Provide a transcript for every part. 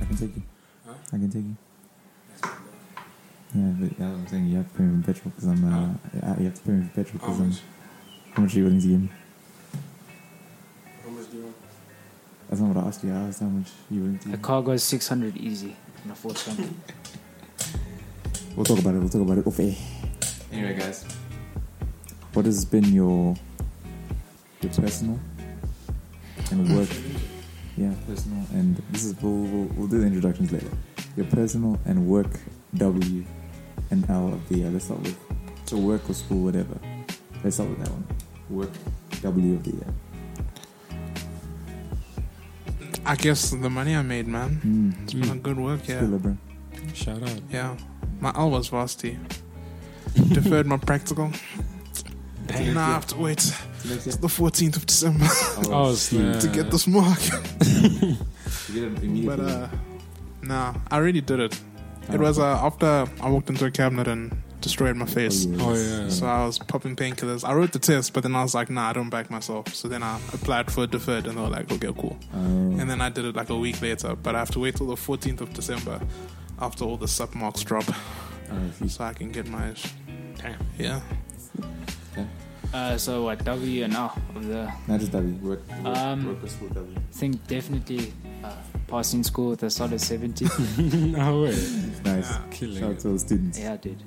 I can take you. Huh? I can take you. Yeah, but yeah, I'm saying you have to pay me for petrol because I'm. Uh, yeah, you have to pay me for petrol How because I'm. much? How much are you willing to give me? How much do you want? That's not what I asked you. I asked how much you willing to. A Give. me. car goes 600 easy on a Ford Transit. We'll talk about it. We'll talk about it off air. Anyway, guys, what has been your your personal and work? yeah, personal and this is we'll, we'll, we'll do the introductions later. Your personal and work W and L of the year. Let's start with so work or school, whatever. Let's start with that one. Work W of the year. I guess the money I made, man. Mm. It's been a good work, yeah. Still, bro. Shout out. Yeah. My L was varsity. Deferred my practical. Dang. Now I have to wait till the 14th of December Oh, snap. to get this mark. You get it But, immediately. uh, nah, I really did it. Oh, It was uh, after I walked into a cabinet and destroyed my face. Oh, yeah. So I was popping painkillers. I wrote the test, but then I was like, nah, I don't back myself. So then I applied for deferred, and they were like, okay, cool. Oh. And then I did it like a week later, but I have to wait till the 14th of December after all the sub marks drop Oh, if you- so I can get my. sh- Damn. Yeah. Uh, so what W and R of the Not just W. Work, work, Um, work or school W. think definitely uh, passing school with a solid 70. no way. Nice. Yeah. Killing Shout out to the students. yeah, dude.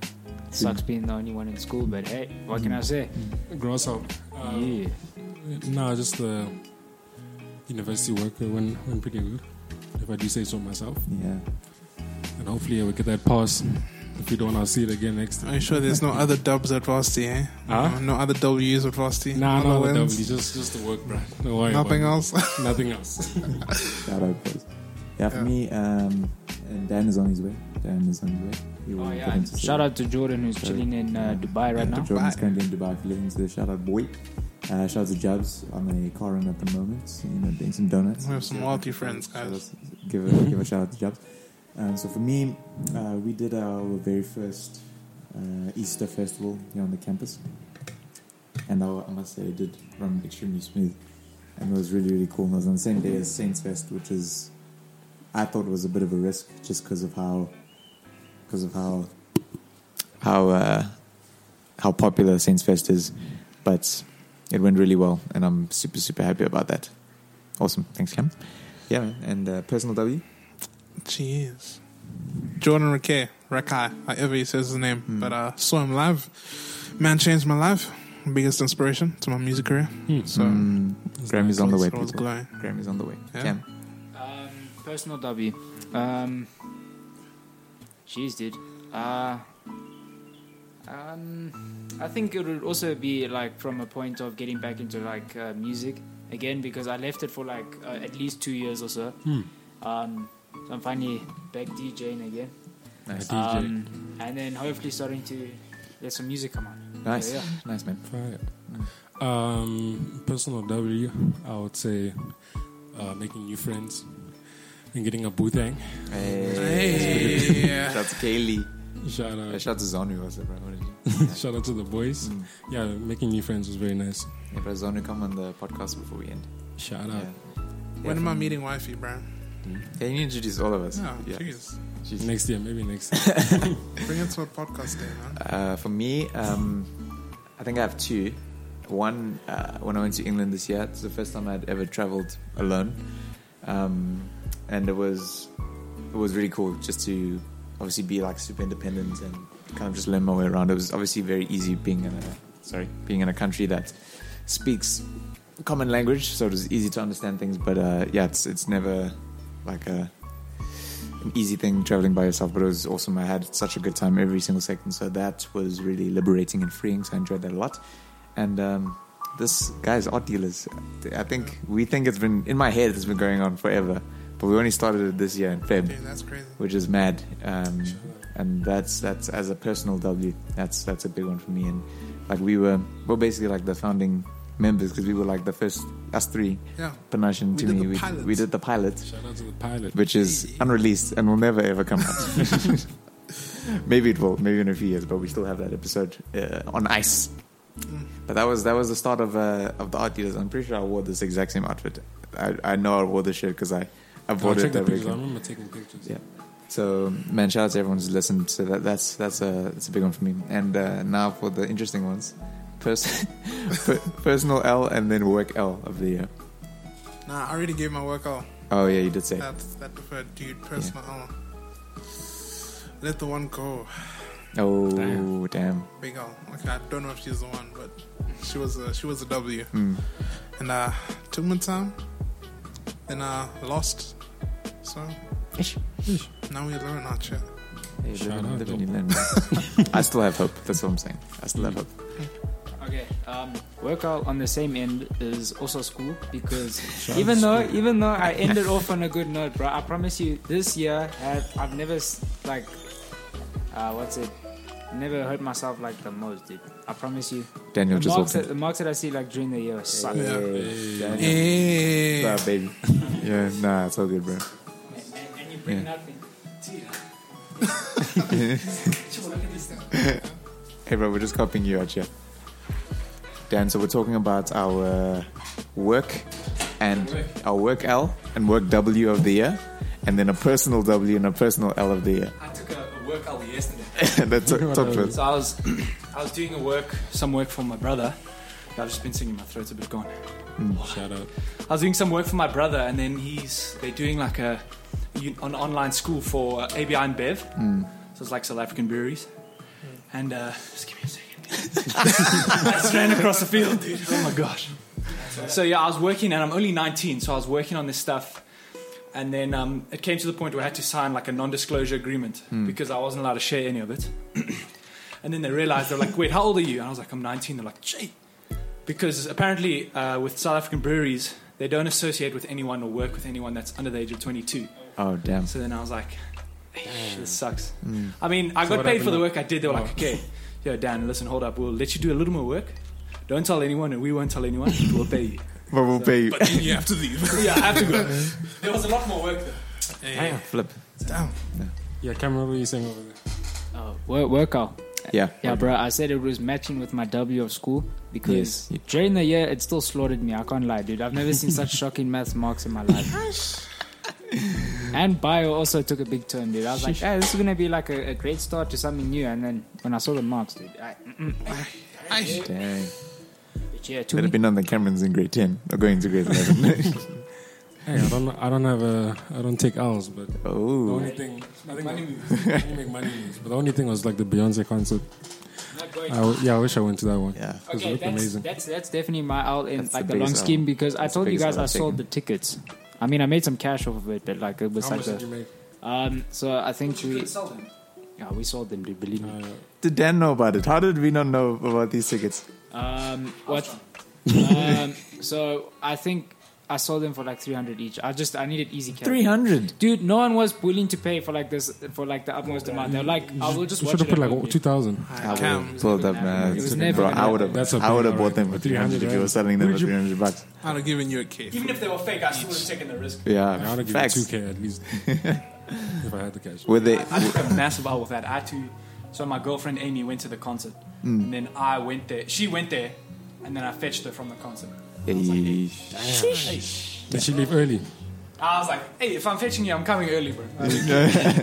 Sucks being the only one in school, but hey, what can I say? it. Gross up. Uh, yeah. No, just the university work uh, went, went pretty good, if I do say so myself. Yeah. And hopefully I will get that pass. If you don't, I'll see it again next Are time. you sure there's no other dubs at Varsity, eh? Huh? No, no other W's at Varsity? Nah, Other no, the wins? W. Just, just the work, bro. Don't worry Nothing about else? it. Nothing else. Shout out, boys. Yeah, for Yeah. me, um, and Dan is on his way. Dan is on his way. He will Oh yeah, get and into shout the- out to Jordan who's Sorry. chilling in uh, Yeah. Dubai right yeah, now. Jordan's Bye. currently in Dubai. If you're listening to this, shout out, boy. Uh, shout out to Jabs on a car run at the moment. You know, doing some donuts. We have some Yeah. wealthy friends, Shout guys. out- Give a, give a shout out to Jabs. Um, so for me, uh, we did our very first uh, Easter festival here on the campus, and I, I must say it did run extremely smooth, and it was really really cool. And it was on the same day as Saints Fest, which is I thought was a bit of a risk just because of how because of how how uh, how popular Saints Fest is, but it went really well, and I'm super super happy about that. Awesome, thanks, Cam. Yeah, man. and uh, personal W. Jeez. Jordan Rakai, Rakai, however he says his name. Hmm. But uh, saw him live. Man changed my life. Biggest inspiration to my music career. So Mm, Grammy's on the way, I was people. glowing. Grammy's on the way. Yeah. Cam. Um, personal W. Um, jeez, dude. Uh, um, I think it would also be like from a point of getting back into like uh, music again because I left it for like uh, at least two years or so. Hmm. Um, so I'm finally back DJing again. Nice, Uh, DJ. Um, and then hopefully starting to let some music come out. nice, So, yeah. nice man. Fire. Um, personal W, I would say uh, making new friends and getting a boothang. Hey, Hey. shout out to Kaylee. Shout Uh, out, shout out to Zonu also, bro. What did you? shout out to the boys. Mm. Yeah, making new friends was very nice. Yeah, bro, Zonu, come on the podcast before we end. Shout Yeah. out. When Yeah, am I from- meeting wifey, bro? Can you introduce all of us? No, jeez. She's- Next year, maybe next. year. Bring it to a podcast day, man. Uh, for me, um, I think I have two. One, uh, when I went to England this year, it's the first time I'd ever traveled alone, um, and it was it was really cool just to obviously be like super independent and kind of just learned my way around. It was obviously very easy being in a sorry being in a country that speaks common language, so it was easy to understand things. But uh, yeah, it's it's never like a an easy thing traveling by yourself. But it was awesome. I had such a good time every single second. So that was really liberating and freeing. So I enjoyed that a lot. And um, this guy's art dealers. I think we think it's been in my head. It's been going on forever, but we only started it this year in Feb Yeah, that's crazy. which is mad. Um, and that's that's as a personal W. That's that's a big one for me. And like we were, we're basically like the founding members because we were like the first us three, Yeah. Panache and We did Timmy. the We, pilot. we did the pilot, Shout out to the pilot. which is unreleased and will never ever come out. maybe it will, maybe in a few years, but we still have that episode uh, on ice. Mm. But that was that was the start of uh, of the art dealers. I'm pretty sure I wore this exact same outfit. I, I know I wore this shirt because I I I'll bought it check the that pictures. I weekend. remember taking pictures. Yeah. So man, shout out to everyone who's listened. So that, that's that's a that's a big one for me. And uh, now for the interesting ones, Pers- per- personal L and then work L of the year. Nah, I already gave my work all. Oh yeah, you did say. That that preferred dude personal. L. Let the one go. Oh damn. Damn. Big L. Okay, I don't know if she's the one, but she was a she was a W. Mm. And uh took my time. Then uh lost. So Ish. now we learn our shit. Hey, Shout living- out, living though. in London. I still have hope. That's what I'm saying. I still have hope. Okay. Um, workout on the same end is also school because Shout out even to though school. even though I ended off on a good note, bro, I promise you, this year have, I've never s- like uh, what's it? Never hurt myself like the most, dude. I promise you. Daniel The just marks, walked that, in. the marks that I see like during the year suck. Yeah. Hey, Daniel. Hey. Wow, baby. Yeah, nah, it's all good, bro. And, and you bring Yeah. nothing. Hey, bro, we're just copying you out here. Dan, so we're talking about our work and our work L and work W of the year, and then a personal W and a personal L of the year. I took a, a work hour yesterday. That's talk talk to us. So I was, I was doing a work, some work for my brother. I've just been singing, my throat's a bit gone. Shout out. I was doing some work for my brother, and then he's they're doing like a you- an online school for uh, ABI and Bev. So it's like South African breweries. And uh, just give me a second. I just ran across the field, dude. Oh my gosh. So yeah, I was working, and I'm only 19, so I was working on this stuff. And then um, it came to the point where I had to sign like a non-disclosure agreement because I wasn't allowed to share any of it. and then they realized they're like, "Wait, how old are you?" And I was like, "I'm 19." They're like, "Gee, because apparently uh, with South African breweries, they don't associate with anyone or work with anyone that's under the age of 22. Oh, damn. So then I was like, "Eesh, this sucks. Mm. I mean, I So got what paid for the happened? work I did. They were Oh. like, okay, yo, Dan, listen, hold up. We'll let you do a little more work. Don't tell anyone, and we won't tell anyone. We'll pay you. But we'll pay you. But then you have to leave. yeah, I have to go. There was a lot more work, though. Hey, Flip. damn. Yeah, I can't remember what you're saying over there. Oh, wor- workout. Yeah. Yeah, bro. I said it was matching with my W of school because Yes. during the year it still slaughtered me. I can't lie, dude. I've never seen such shocking math marks in my life. and bio also took a big turn, dude. I was like, hey, this is gonna be like a, a great start to something new. And then when I saw the marks, dude, I, Oh, Dang. but yeah, That'd have to been on the Camerons in grade 10 or going to grade 11. Hey, I don't, I don't have a, I don't take L's, but the oh. only thing, I think money moves. you make money moves. But the only thing was like the Beyonce concert. I Uh, w- yeah, I wish I went to that one. Yeah. It Okay, looked that's, amazing. that's that's definitely my out in That's like the the, long biggest out. scheme because I That's the told you biggest guys out I I've sold the taken. tickets. I mean, I made some cash off of it, but like it was How like much a, did you make? um. So I think we sell them. yeah we sold them, dude. Believe me. Uh, Did Dan know about it? How did we not know about these tickets? Um, what? um, so I think I sold them for like three hundred each. I just I needed easy cash. 300. Dude, no one was willing to pay for like this for like the utmost amount. They're like, I will just you watch should have put it. at like home, two dude. thousand. I would Uh, Cam. have pulled up, man. It was never Bro, I gonna would have, That's a I would have big bought them alright. for 300 if you were selling them for Would you- 300 bucks. I'd have given you a K. Even if they were fake, I still would have taken the risk. I Yeah, would have given two facts. k at least if I had the cash. Were they? I took a massive L with that. I had to. So my girlfriend Amy went to the concert, Mm. and then I went there. She went there, and then I fetched her from the concert. Eesh. Did she leave early? I was like, "Hey, if I'm fetching you, I'm coming early, bro." I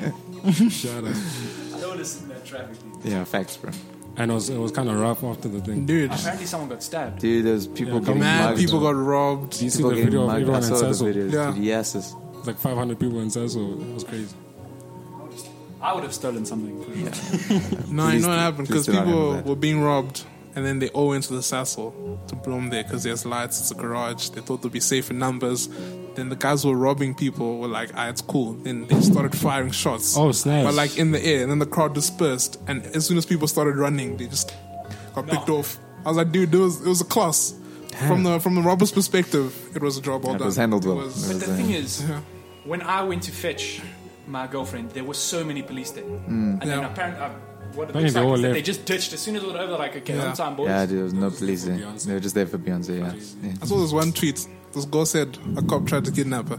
Shout out. don't want to sit in that traffic. Dude. Yeah, facts, bro. And it was it was kind of rough after the thing. Dude, Apparently, someone got stabbed. Dude, there's people Yeah, getting mad mugged. people got robbed. Do you see people the getting video of mugged. I everyone in saw the Cecil? videos. Yeah. Dude, yeses. Like five hundred people in Cecil. It was crazy. I would have stolen something. For sure. No, you Please know what do- happened? please Because do not handle people that. were being robbed, and then they all went to the Cecil to Bloom there because there's lights, it's a garage. They thought they'd be safe in numbers. Then the guys who were robbing people were like, ah, it's cool. Then they started firing shots. Oh, snap. But like in the air, and then the crowd dispersed. And as soon as people started running, they just got picked off. I was like, dude, there was, it was a class. From the from the robber's perspective, it was a job well It done. was handled well. It was- It But was- the uh, thing is, Yeah. when I went to fetch my girlfriend, there were so many police there. And then Yeah. apparently, uh, what it Apparently looks they like all is that they left. just ditched as soon as it was over. Like, okay, Yeah. on time, boys. Yeah, there was no police there. Beyonce. They were just there for Beyonce. Yeah. yeah. I saw this one tweet. This girl said a cop tried to kidnap her.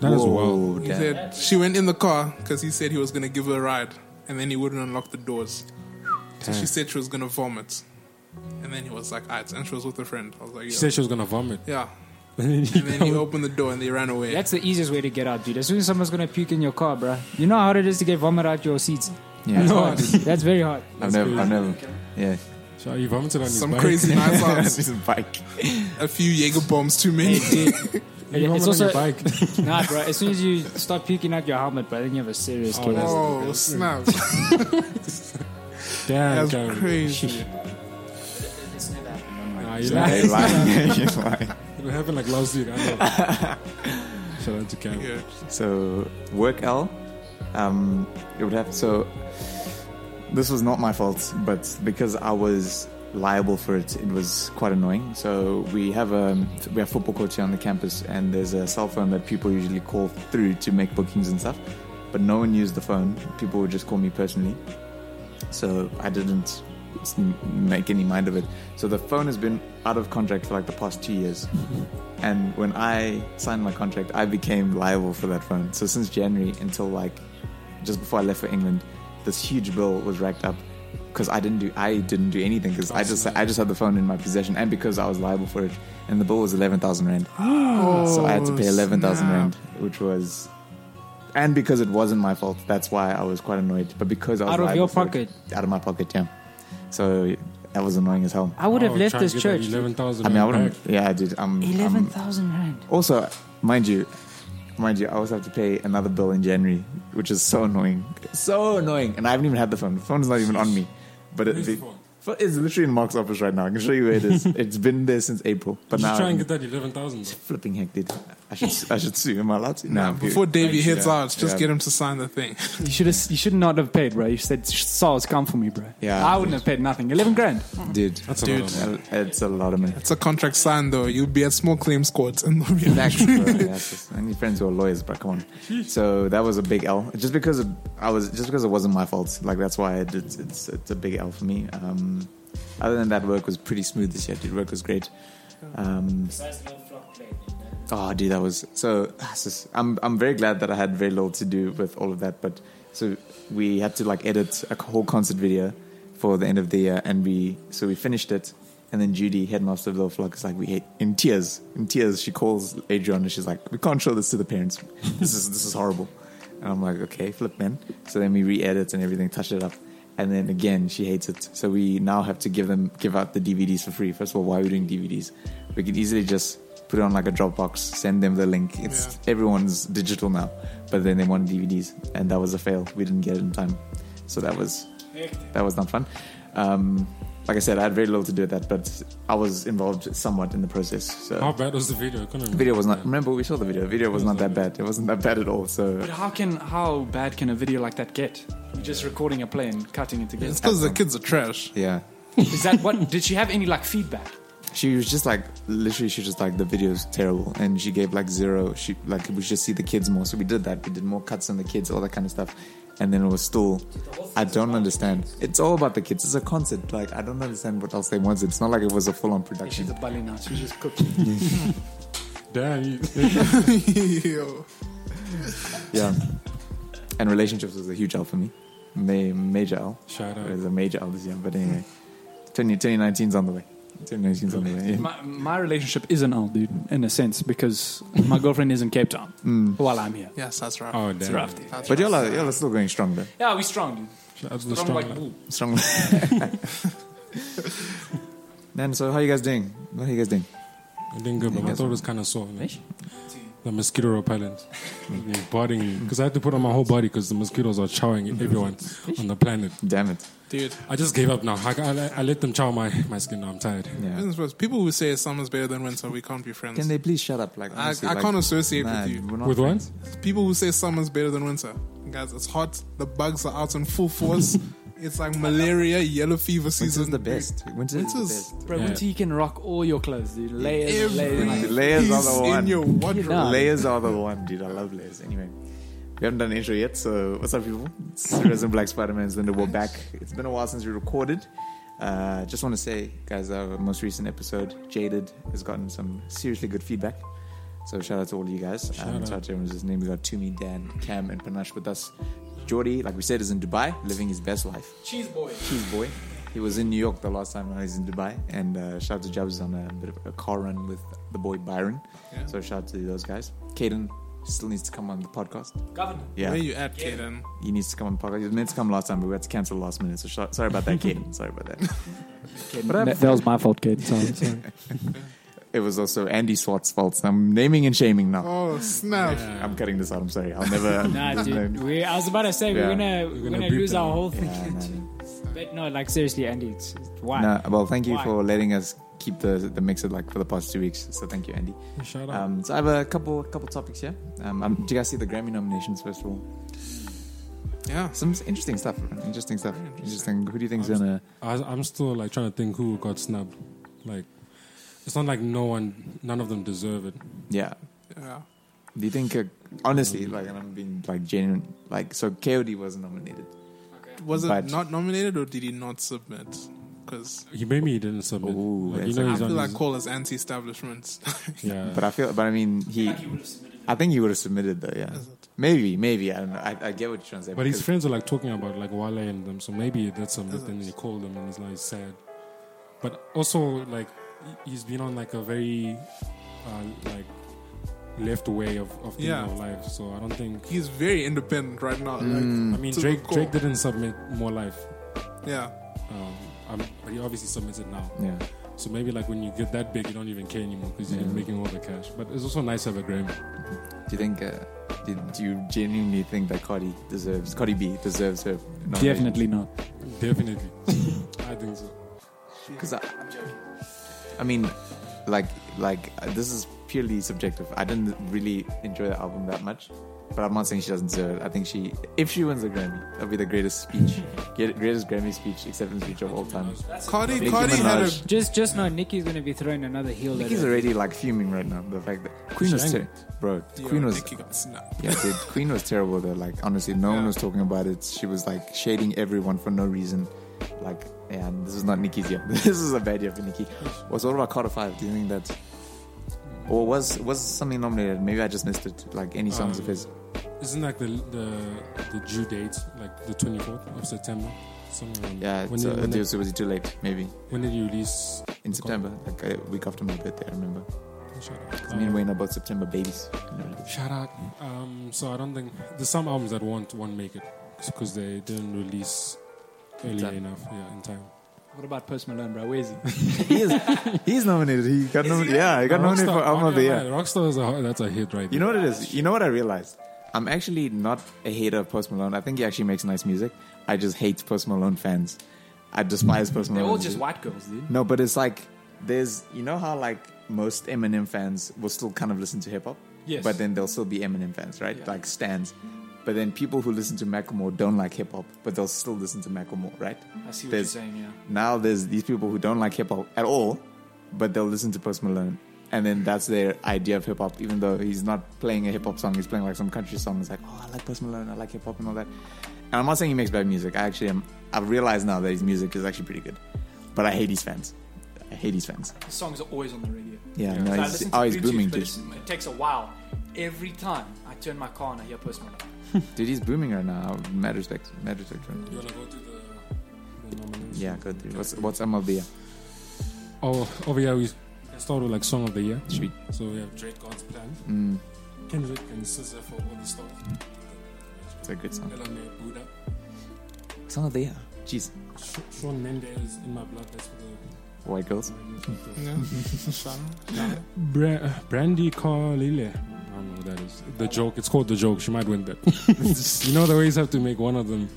That is wild. Whoa, He damn. said she went in the car because he said he was going to give her a ride, and then he wouldn't unlock the doors. So she said she was going to vomit, and then he was like, "Alright," and she was with a friend. I was like, She "Yeah." said she was gonna vomit. yeah. and And then he opened the door and they ran away. That's the easiest way to get out, dude. As soon as someone's gonna puke in your car, bruh, you know how hard it is to get vomit out your seats. Yeah. That's hard. dude. That's very hard. I've never, I've never, yeah. So you vomited on his Some bike. crazy nice house. This is bike. A few Jaeger bombs too many. You It's vomited on your also- bike. Nah, bro. As soon as you start puking out your helmet, bro, then you have a serious Oh, case. that's- oh snap! Damn, That's Karen. crazy. It's never happened. Nah, you Yeah, you're lied. lying. You're lying. It happened like last week. I know. Shout out to Karen. Yeah. So work L, um, it would have so. This was not my fault, but because I was liable for it, it was quite annoying. So we have a we have football coach here on the campus, and there's a cell phone that people usually call through to make bookings and stuff. But no one used the phone. People would just call me personally, so I didn't s- make any mind of it. So the phone has been out of contract for like the past two years. And when I signed my contract, I became liable for that phone. So since January until like just before I left for England, this huge bill was racked up because I didn't do I didn't do anything because I just I just had the phone in my possession and because I was liable for it. And the bill was eleven thousand rand, so I had to pay Oh, eleven thousand snap. rand, which was. And because it wasn't my fault, that's why I was quite annoyed. But because I was Out of liable your for it- pocket? out of my pocket, yeah. So that was annoying as hell. I would have Oh, left try and this get that church. 11,000 I mean, I back. wouldn't. Yeah, dude. I'm. I'm- Eleven thousand rand. also, mind you, mind you, I also have to pay another bill in January, which is so annoying, so annoying. And I haven't even had the phone. The phone's not even on me. But it, Where's the, the phone? phone- it's literally in Mark's office right now. I can show you where it is. it's been there since April, but You should now try and get that 11,000. flipping heck, dude. I should I should sue. Am I allowed to? No, Nah, I'm good. before Davey Thank you, heads yeah. out, just Yeah. get him to sign the thing. You should have, you should not have paid, bro. You said SARS come for me, bro. Yeah. I wouldn't have paid nothing. Eleven grand. dude. That's a Dude. lot. uh, It's a lot of money. It's a contract signed though. You'll be at small claims courts and they'll be like, Thanks, bro. Yeah, it's just- I need friends who are lawyers, but come on. So that was a big L, just because it- I was just because it wasn't my fault. Like that's why it, it's it's it's a big L for me. Um, other than that, work was pretty smooth this year. Dude, work was great. Um, oh, dude, that was so. that's just- I'm I'm very glad that I had very little to do with all of that. But so we had to like edit a whole concert video for the end of the year, and we so we finished it. And then Judy, headmaster of Little Flock, is like, we hate in tears, in tears. She calls Adrian and she's like, we can't show this to the parents. This is this is horrible. And I'm like, okay, flip man. So then we re-edit and everything, touch it up. And then again, she hates it. So we now have to give them give out the DVDs for free. First of all, why are we doing DVDs? We could easily just put it on like a Dropbox, send them the link. It's everyone's digital now. But then they wanted DVDs, and that was a fail. We didn't get it in time. So that was that was not fun. Um, like I said, I had very little to do with that, but I was involved somewhat in the process. So How bad was the video? I couldn't remember. video was not. Remember, we saw the video. Video was not that bad. It wasn't that bad at all. So But how can how bad can a video like that get? You're just recording a plane, cutting it together. it's because the kids are trash. yeah, Is that what? Did she have any like feedback? she was just like literally she was just like the video's terrible and she gave like zero she like we should see the kids more so we did that we did more cuts on the kids all that kind of stuff and then it was still i don't understand it's all about the kids it's a concert like i don't understand what else they wanted it's not like it was a full-on She's production a bully now. She's just cooking. Damn. You, Yo. yeah and relationships was a huge l for me Ma- major l shout it out. was a major l this year but anyway 20, 2019's on the way 2019's on the way yeah. My, my relationship is an old dude in a sense because my girlfriend is in Cape Town while I'm here. Yes, that's right. Oh, damn. It's rough, dude. That's but right. y'all are, y'all are still going strong though Yeah, we strong, dude. Shout out to the Strong like strong. bull. strong Nan, so how you guys doing? What are you guys doing? I didn't good, but my throat was kind of sore. man. the mosquito repellent, biting because I had to put on my whole body because the mosquitoes are chowing Mm-hmm. everyone on the planet. Damn it. Dude, I just gave up now. I, I, I let them chow my, my skin. Now I'm tired. Yeah. isn't it supposed- people who say summer's better than winter, we can't be friends. Can they please shut up? Like, I, honestly, I like, can't associate nah, with you. we're not With friends. what? People who say summer's better than winter, guys, it's hot. The bugs are out in full force. it's like malaria, yellow fever season. Winter's the best. Winter is the Winter's- best. Bro, Yeah. winter you can rock all your clothes, dude. Layers, Every layers. The layers are the piece one. in your wardrobe. know. Layers are the one, dude. I love layers. Anyway, we haven't done an intro yet, so what's up, people? It's Resident Black Spider Man. Linda. We're back. It's been a while since we recorded. Uh, just want to say, guys, our most recent episode, Jaded, has gotten some seriously good feedback. So shout out to all of you guys. Shout um, out. shout out to everyone's listening. We got Toomey, Dan, Cam, and Panache with us. Jordy, like we said, is in Dubai, living his best life. Cheese boy. Cheese boy. He was in New York the last time. Now he's in Dubai. And uh, shout out to Jabs on a bit of a car run with the boy Byron. Yeah. So shout out to those guys. Caden still needs to come on the podcast. Governor. Yeah, Where you at, Kaden? he needs to come on the podcast. He meant to come last time, but we had to cancel last minute. So sh- sorry about that, Caden. sorry about that. But I've- That, that was my fault, kid. So, sorry. it was also Andy Swart's fault. So I'm naming and shaming now. Oh, snap. I'm cutting this out. I'm sorry. I'll never. nah, dude. We, I was about to say Yeah. we're gonna we're gonna gonna, beep lose them our up. whole thing. Yeah, no, no. But no, like seriously, Andy, it's, it's why? No, well, thank you Why? for letting us keep the the mix it like for the past two weeks. So thank you, Andy. Shout out. Um, so I have a couple couple topics here. Um, um, do you guys see the Grammy nominations first of all? Yeah. Some interesting stuff. Interesting stuff. Very interesting. Interesting. Who do you think's gonna? I, I'm still like trying to think who got snubbed. Like, it's not like no one, none of them deserve it. Yeah. Yeah. Do you think? Uh, honestly, like, and I'm being like genuine. Like, so KOD wasn't nominated. Was it But- not nominated or did he not submit? Because He maybe he didn't submit. Ooh, like, you that's know a- I he's feel on like his- call is anti-establishment. yeah. But I feel. But I mean, he. Like you would have submitted it. I think he would have submitted though. Yeah. Maybe. Maybe. I don't know. I, I get what you're trying to say. But his because- friends are like talking about like Wale and them, so maybe he did something. Then he called them, and he's like sad. But also like he- he's been on like a very uh, like left way of of, thinking Yeah. of life. So I don't think. He's very independent right now. Mm. I mean, To the Drake core. Drake didn't submit more life. Like, yeah. Um, um, but he obviously submitted now. Yeah. So maybe like when you get that big, you don't even care anymore because you're Yeah. making all the cash. But it's also nice to have a Grammy. Do you think? Uh, do, do you genuinely think that Cardi deserves? Cardi B deserves her? Definitely not. Definitely, I think so. Because I, I mean, like, like uh, this is purely subjective. I didn't really enjoy the album that much, but I'm not saying she doesn't deserve it. I think she, if she wins a Grammy, that'll be the greatest speech, get- greatest Grammy speech, acceptance speech of all time. Cardi, Nicki Cardi had a Minaj. Just just know Nikki's gonna be throwing another heel. at Nicki's her. already like fuming right now. The fact that Queen was, Shang. ter- bro, Yo, Queen was, Nicki got snapped. yeah, dude, Queen was terrible. Though, like, honestly, no one Yeah. was talking about it. She was like shading everyone for no reason. Like, yeah, this is not Nicki's year. this is a bad year for Nicki. Was all about Carter Five. Do you think that's or was was something nominated? Maybe I just missed it. Like any songs of Um, his. Isn't like the the the due date like the twenty fourth of September? Somewhere around- Yeah, When, so, did, uh, when, did, so was it too late? Maybe when did you release? oh, in September, like a week after my birthday. I remember. Shout out. 'Cause Me and Wayne are both September babies. shout out. Um, so I don't think there's some albums that won't won't make it because they didn't release early time. enough. Yeah, in time. What about Post Malone, bro? Where is he? he is. He's nominated. He got nominated. yeah, he got nominated for album of the year. Rockstar is a, that's a hit right You there. know what it is? You know what I realized? I'm actually not a hater of Post Malone. I think he actually makes nice music. I just hate Post Malone fans. I despise Post They're Malone. Hmm. all just white girls, dude. No, but it's like there's you know how like most Eminem fans will still kind of listen to hip hop, Yes. but then they'll still be Eminem fans, right? Yeah. Like stands. But then people who listen to Macklemore don't like hip hop, but they'll still listen to Macklemore, right? I see what There's- you're saying, yeah. Now there's these people who don't like hip hop at all, but they'll listen to Post Malone, and then that's their idea of hip hop. Even though he's not playing a hip hop song, he's playing like some country song. It's like, oh, I like Post Malone, I like hip hop and all that. And I'm not saying he makes bad music. I actually am. I've realized now that his music is actually pretty good, but I hate his fans. I hate his fans. His songs are always on the radio. Yeah, Yeah. no, So I he's, listen to oh, he's Bluetooth, booming, but dude. it's- It takes a while. Every time I turn my car and I hear Post Malone. Dude, he's booming right now. Mad respect, mad respect for him. You wanna go through the, the nominees? Yeah, good. Dude. What's what's MLB? Oh, over here we can start with like song of the year. Should we? So we have Drake God's Plan, Mm, Kendrick and SZA for all the stuff. it's a good song. Elame Buddha, Song of the year. Jeez, Sh- Shawn Mendes in my blood. That's for white girls. the Yeah. Son. Bra- Brandy uh, Carlile. I don't know what that is. The joke. It's called the joke. She might win that. you know, they always have to make one of them.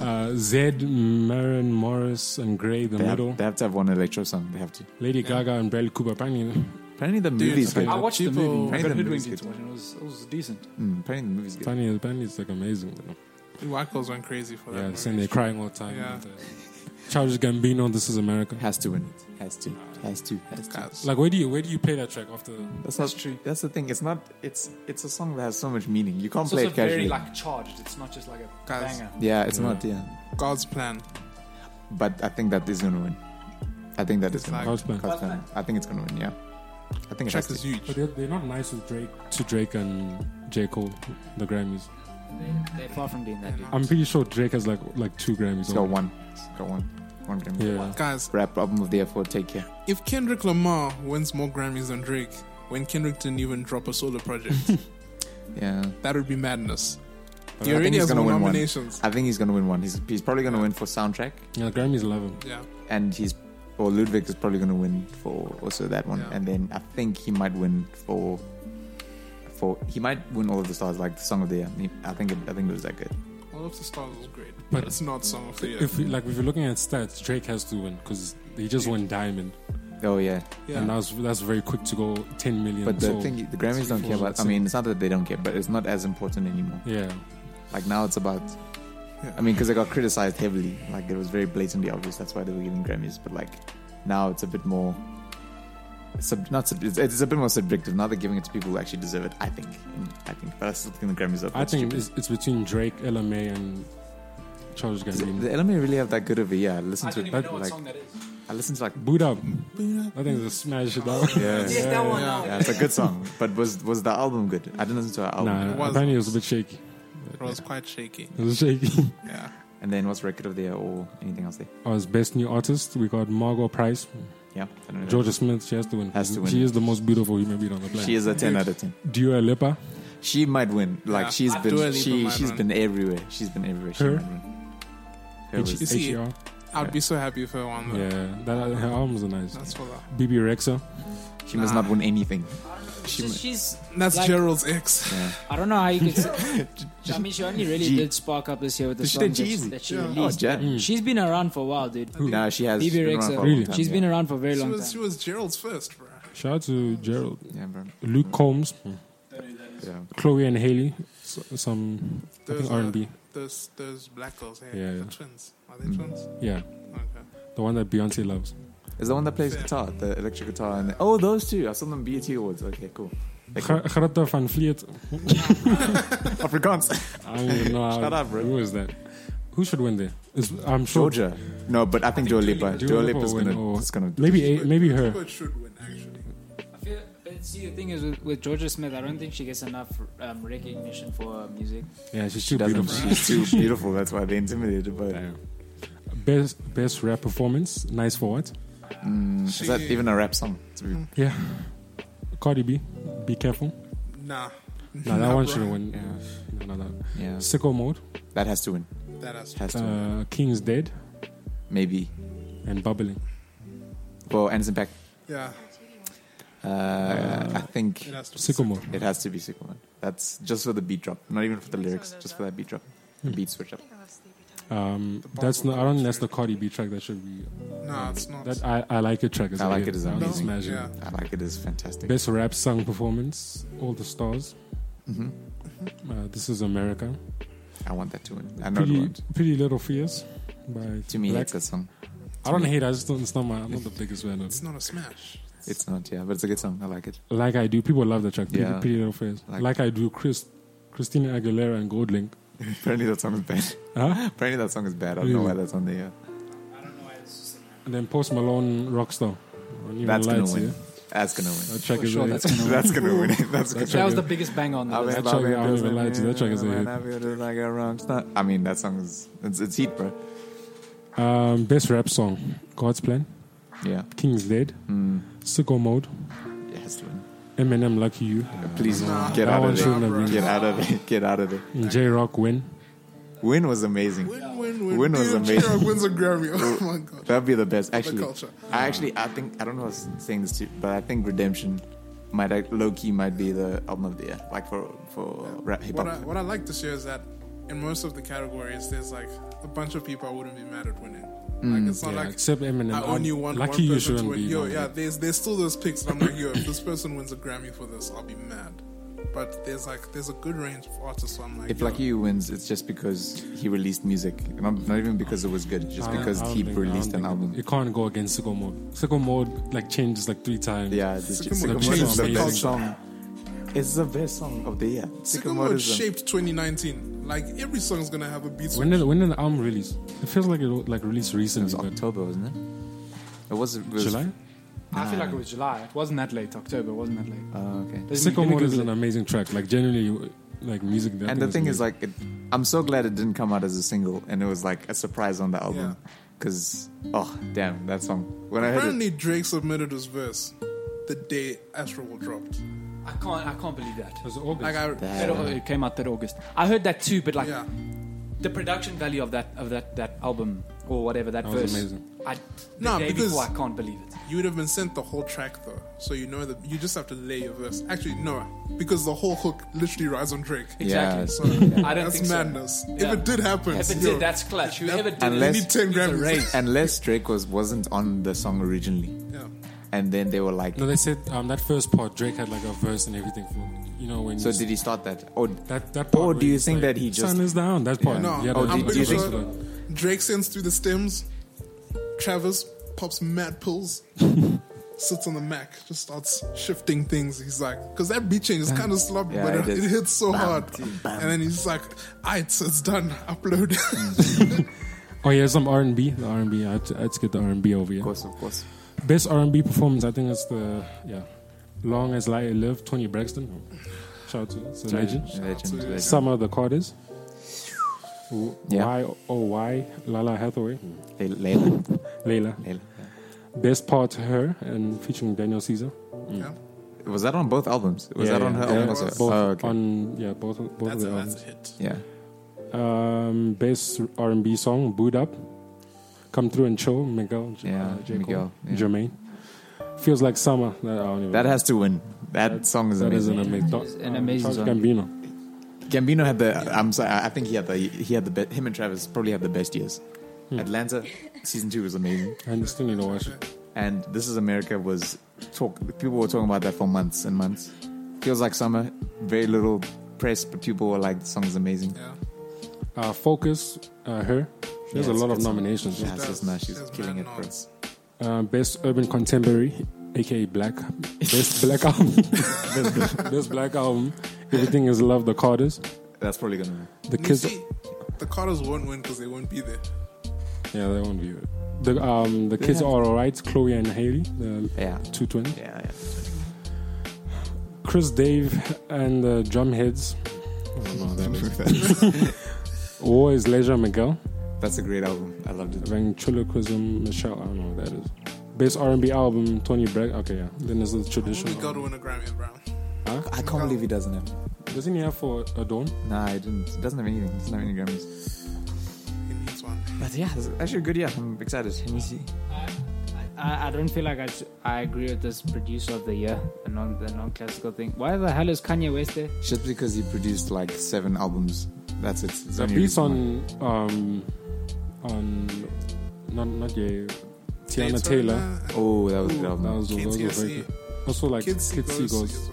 Uh, Zed, Marin, Morris, and Gray, the They middle. have, they have to have one electro song. They have to. Lady Gaga and Bradley Cooper. Apparently, Apparently the Dude, movie's good. okay. I watched the people- movie. I I think got the movie's hoodwinked into good. watching. It was, it was decent. Mm, apparently the movie's good. apparently, apparently it's like amazing. The white girls went crazy for that. Yeah, movie. saying they're crying all the time. Yeah. Charles Gambino, This Is America. Has to win it. Has to. Has to. Has to. Guys. Like, where do you where do you play that track after? That's, That's not, true. That's the thing. It's not. It's it's a song that has so much meaning. You can't It's play also it casually. very like charged. It's not just like a Guys. banger. yeah, it's Yeah. not. Yeah, God's plan. but I think that is gonna win. I think that is It's gonna. like- House Plan. win. God's plan. I think it's gonna win. Yeah, I think it Check has is to. huge. But they're, they're not nice with Drake to Drake and J Cole, the Grammys. They're far from doing that. Dude. I'm pretty sure Drake has like like two Grammys. It's got only. one. It's got one. One Grammy. Yeah. Guys, Rap album of the year for Take Care. if Kendrick Lamar wins more Grammys than Drake, when Kendrick didn't even drop a solo project, Yeah. that would be madness. He I think already he's has gonna more win one. nominations. I think he's gonna win one. He's he's probably gonna win for soundtrack, Yeah, the Grammys love him. Yeah, and he's or Ludwig is probably gonna win for also that one, Yeah. and then I think he might win for. For, he might win all of the stars, like the song of the year. He- I think it, I think it was that good. All of the Stars was great, But- but it's not Song of the Year. If you- like if you're looking at stats, Drake has to win because he just won Diamond, Oh yeah, yeah. and that's that's very quick to go 10 million. But the so- thing, the Grammys don't care about. I mean, it's not that they don't care, but it's not as important anymore. yeah, Like now, it's about. Yeah. I mean, because they got criticized heavily. Like it was very blatantly obvious. That's why they were giving Grammys. But like now, it's a bit more. Sub, not sub, it's, it's a bit more subjective. Now they're giving it to people who actually deserve it. I think. I think. But I still think the Grammys are. a bit I think stupid. it's, it's between Drake, LMA, and Charles Does it- Gambino. the LMA really have that good of a year. I I listened to don't it. even know what like song that is. I listened to like. Boot up. I think it's a smash it out. Yeah. Yes, that one. Yeah. no. Yeah, it's a good song. But was was the album good? I didn't listen to our album. Nah, It was- apparently it was a bit shaky. it was quite shaky. It was shaky. Yeah, And then what's record of the year or anything else there? As best new artist, we got Margot Price, Yeah, I don't know. Georgia Smith. She has to win. Has to win. She is the most beautiful human being on the planet. She is a ten out of ten. Dua Lipa. She might win. Like Yeah, she's I been totally put she mine she's on. been everywhere. She's been everywhere. She Her? might win. Her H- E was- is- see- H.E.R.. I'd be so happy if I won that. Yeah, that, her albums are nice. That's for that. BB Rexa. she must not win anything. She She's, might- she's. That's Like- Gerald's ex. Yeah. I don't know how you could. Say, I mean, she only really G. did spark up this year with the She song did that, she- Jeezy. that she Yeah. Oh, released. Jen. She's been around for a while, dude. No, she has. BB been around Rexa. for a long Really? time, She's been around for a very She long was, she time. was Gerald's first, bro. Shout out to Gerald. yeah. Yeah, bro. Luke Combs, Yeah. Chloe and Haley. S- Some I think Those, uh, R&B. Those those black girls, hey, Yeah, yeah, yeah. the twins. Are they twins? Yeah, Okay. the one that Beyonce loves. Is the one that plays guitar, the electric guitar, and oh, those two. I saw them BET awards. Okay, cool. Like, Ger- Gerda van Vliet. Afrikaans. I don't even know. how- Shut up, bro. Who is that? Who should win there? Is, I'm sure. Georgia. No, but I think Dua Lipa. Dua Dua Lipa Lipa's will win gonna. or- It's gonna. Maybe a, maybe her. People should win, actually. I feel, but see, the thing is with, with Georgia Smith, I don't think she gets enough um, recognition for her music. Yeah, she's She too doesn't. beautiful. She's too beautiful. That's why they're intimidated by her. Damn. Best best rap performance. Nice for what? Mm, is that She- even a rap song? It's weird. Yeah. Cardi B. Be careful. Nah. No, that one bro. shouldn't win. Yeah. No, no, no. Yeah, Sicko mode. that has to win. That has Has to. win. Uh, King's dead Maybe. and bubbling. Well, Anderson Pack. yeah, Uh, I think it has to. be Sicko mode. it has to be Superman. That's just for the beat drop, not even for the lyrics, just for that beat drop, the Hmm. beat switch up. Um, that's not. I don't. think That's the Cardi B track that should be. um, sick. Nah, it's not. That I, I like it track. Is I like it, it it's I'm amazing. smashing it. Yeah. I like it. It's fantastic. Best rap song performance. All the stars. Mhm. Uh, this is America. I want that to win. I know it Pretty, won't. pretty little fears. By To me, Black. it's that song. I don't hate. I just don't. It's not my. I'm not the biggest fan of. it's it. not a smash. It's not, yeah, but it's a good song. I like it. Like I do. People love the track. Pretty, Yeah. pretty little fears. Like- Like, I do. Chris, Christina Aguilera and Goldlink. Apparently, that song is bad. Huh? Apparently, that song is bad. I don't know why Really? that's on uh, there. I don't know why it's just And then Post Malone Rockstar. I don't even That's gonna lie to win. you. That's gonna win. That track is sure a- that's gonna That's gonna win. That's gonna. That was the biggest banger on the I've list. been That track- loving I don't even lie to you, that track is a this hit. man, I feel like a rock star. I mean, that song is it's, it's heat, bro. Um, best rap song: God's Plan, Yeah, King's Dead, mm, Sicko Mode, it has to win. Eminem, Lucky You, Please Nah, get that out one of shouldn't there. have bro. been. Get out of there. Get out of there. J Rock Win. Win was amazing. Win, win, win. Win was Dude, amazing. J-Rock wins a Grammy. Oh my god. That'd be the best. Actually, culture. I actually, I think I don't know. I was saying this to, you, but I think Redemption might act, low key might be the album of the year, like for for rap hip What I, hop. what I like this year is that in most of the categories, there's like a bunch of people I wouldn't be mad at winning. Hmm. like it's not Yeah, like except Eminem. I only I'm want lucky one you person to shouldn't win. be. Yo, man. yeah, there's there's still those picks that I'm like, yo, if this person wins a Grammy for this, I'll be mad. But there's like there's a good range of artists. So I'm like, If yo, Lucky You wins, it's just because he released music, not, not even because it was good, just I don't- because I don't he think- I released don't an think- album. You can't go against Sicko Mode. Sicko Mode like changes like three times. Yeah, the Sycamore Sycamore Sycamore is the is best amazing. song. It's the best song of the year. Sycamore is the- shaped 2019. Like every song's gonna have a beat. When did when did the album release? It feels like it was, like released It recently, was but October, wasn't it? It was, it was July. I feel like it was July. It wasn't that late. October wasn't that late. Oh, okay. Doesn't Sicko make any Mode is good- an amazing track. Like genuinely, like music. that and the thing is, amazing. like, it, I'm so glad it didn't come out as a single, and it was like a surprise on the album. Yeah. Because oh damn, that song. When I heard it, Apparently, Drake submitted his verse the day Astral dropped. I can't. I can't believe that. It was August. Like I, That, Damn. it came out that August. I heard that too, but like yeah, the production value of that of that that album or whatever that, That was verse. amazing. I, the No, day because- before, I can't believe it. you would have been sent the whole track though, so you know that you just have to lay your verse. Actually, no, because the whole hook literally rides on Drake. Yeah, Exactly. it's- So I don't that's think so. madness. Yeah. If it did happen, If it yo, did, that's clutch. Whoever did Unless- it, need 10 it's a Grammys. raise. unless Drake was wasn't on the song originally, yeah. and then they were like, no, they said um, that first part Drake had like a verse and everything. For, you know when so you- did he start that? Or that that part? Or where do you it's think like, that he just- sun is down? That part. No, Yeah, Oh, that- I'm did- that do you pretty verse think- sure alone. Drake sends through the stems. Travis pops mad pills, sits on the Mac, just starts shifting things. He's like, because that beat change is kind of sloppy, Yeah, but it it, is. it hits so hard. And then he's like, "Aight, it's done. Upload." Oh yeah, some R and B. The R and B. I had to I had to get the R and B over here. of course, of course. Best R and B performance. I think that's the yeah. Long as I live, Tony Braxton. Shout out to it's a legend. Legend, to- legend. Summer the Carters. Yeah. Why oh why Lala Hathaway, Le- Layla. Layla. Layla. Best part her and featuring Daniel Caesar. yeah. Was that on both albums? Was Yeah, that on yeah, her yeah, album? also? Both oh, okay. on yeah both both That's, a, of the that's a albums. hit. yeah. Um, best R and B song Boot Up, Come Through and Chill Miguel J- Yeah, uh, J. Cole, Miguel, yeah. Jermaine. Feels like summer. That, I don't even That has to win. That, song is that is amazing. an amazing, It is an amazing Charles song. Gambino. Gambino had the. I'm sorry. I think he had the. He had the. Be- him and Travis probably had the best years. Hmm. Atlanta season two was amazing, I still need to watch it. and This Is America was talk. People were talking about that for months and months. Feels like summer. Very little press, but people were like, "The song is amazing." Yeah. Uh, Focus, uh, her. She has Yeah, a it's lot a of good song. nominations. Yeah. That's That's- just nice. She's that's killing mad it, bro. nods. Uh, best urban contemporary, aka black. Best black album. best, best black album. Everything is love. The Carters. That's probably gonna. Win. The You kids. see, the Carters won't win because they won't be there. Yeah, they won't be. it. The um the kids are alright. Chloe and Haley, the Yeah. two twins. Yeah. yeah. Chris, Dave, and the drumheads. I don't know what that is. War is Leisure Miguel. That's a great album. I loved it. Ventriloquism Michelle. I don't know what that is. Best R and B album Tony Bragg. Okay, yeah. Then there's the We traditional. got to win a Grammy, bro. I can't believe he doesn't have. Doesn't he have for Adorn? Nah, he didn't. He doesn't have anything. He doesn't have any Grammys. He needs one. But yeah, it's actually a good year. I'm excited. Let me see. I, I don't feel like I, s- I agree with this producer of the year, the non the non classical thing. Why the hell is Kanye West there? Just because he produced like seven albums, that's it. It's The only beats reason on um on not not yeah Tiana Daytona, Taylor. why. Oh, that was a good That album. was those were very good. KTSE. Also like Kids Kids Seagulls. See Ghosts is also-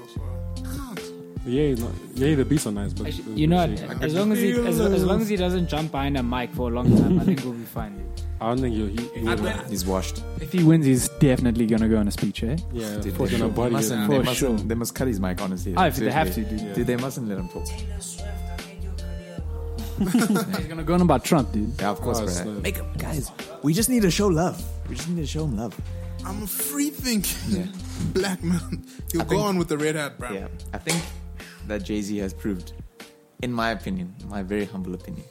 Yeah, not, yeah, the beats are nice, but Actually, you know, what? as long as he as, as long as he doesn't jump behind a mic for a long time, I think we'll be fine. dude. I don't think you. you, you I'd would- win. He's washed. If he wins, he's definitely gonna go on a speech, eh? yeah, Dude, for they, gonna body it. mustn't, For they, mustn't, sure. they must cut his mic, honestly. Oh, if they have Seriously. to, dude. Dude, they mustn't let him talk. He's gonna go on about Trump, dude. Yeah, of course, Oh, bro. snap. Make him, guys. We just need to show love. We just need to show him love. I'm a free thinking Yeah. black man. You'll I go think- on with the red hat, bro. Yeah, I think that Jay Z has proved, in my opinion, my very humble opinion,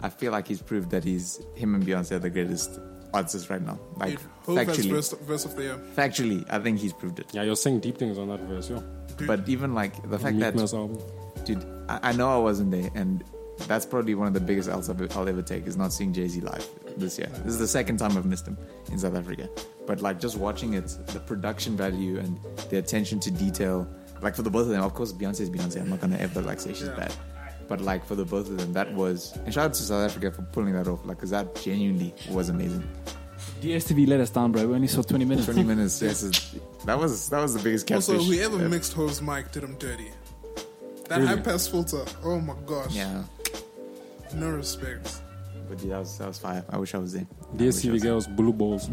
I feel like he's proved that he's him and Beyonce are the greatest artists right now. Like Dude, Hope has factually, verse, verse of the year. factually, I think he's proved it. Yeah, you're saying deep things on that verse, yo. But even like the fact Meek that Mill's album. dude I, I know i wasn't there and That's probably one of the biggest L's I've- e, I'll ever take is not seeing Jay Z live this year. This is the second time I've missed him in South Africa. But like just watching it, the production value and the attention to detail, like for the both of them, of course Beyonce's Beyonce. I'm not gonna ever like say she's bad. But like for the both of them, that was and shout out to South Africa for pulling that off. Like, cause that genuinely was amazing. DSTV let us down, bro. We only saw 20 minutes. 20 minutes. Yes, is- that was that was the biggest catfish. Also, whoever ever. mixed Hov's mic did him dirty. That high pass filter, oh my gosh. Yeah, No respect. but dude, that was that was fire. I wish I was there. I wish I DSTV was there. girls, blue balls.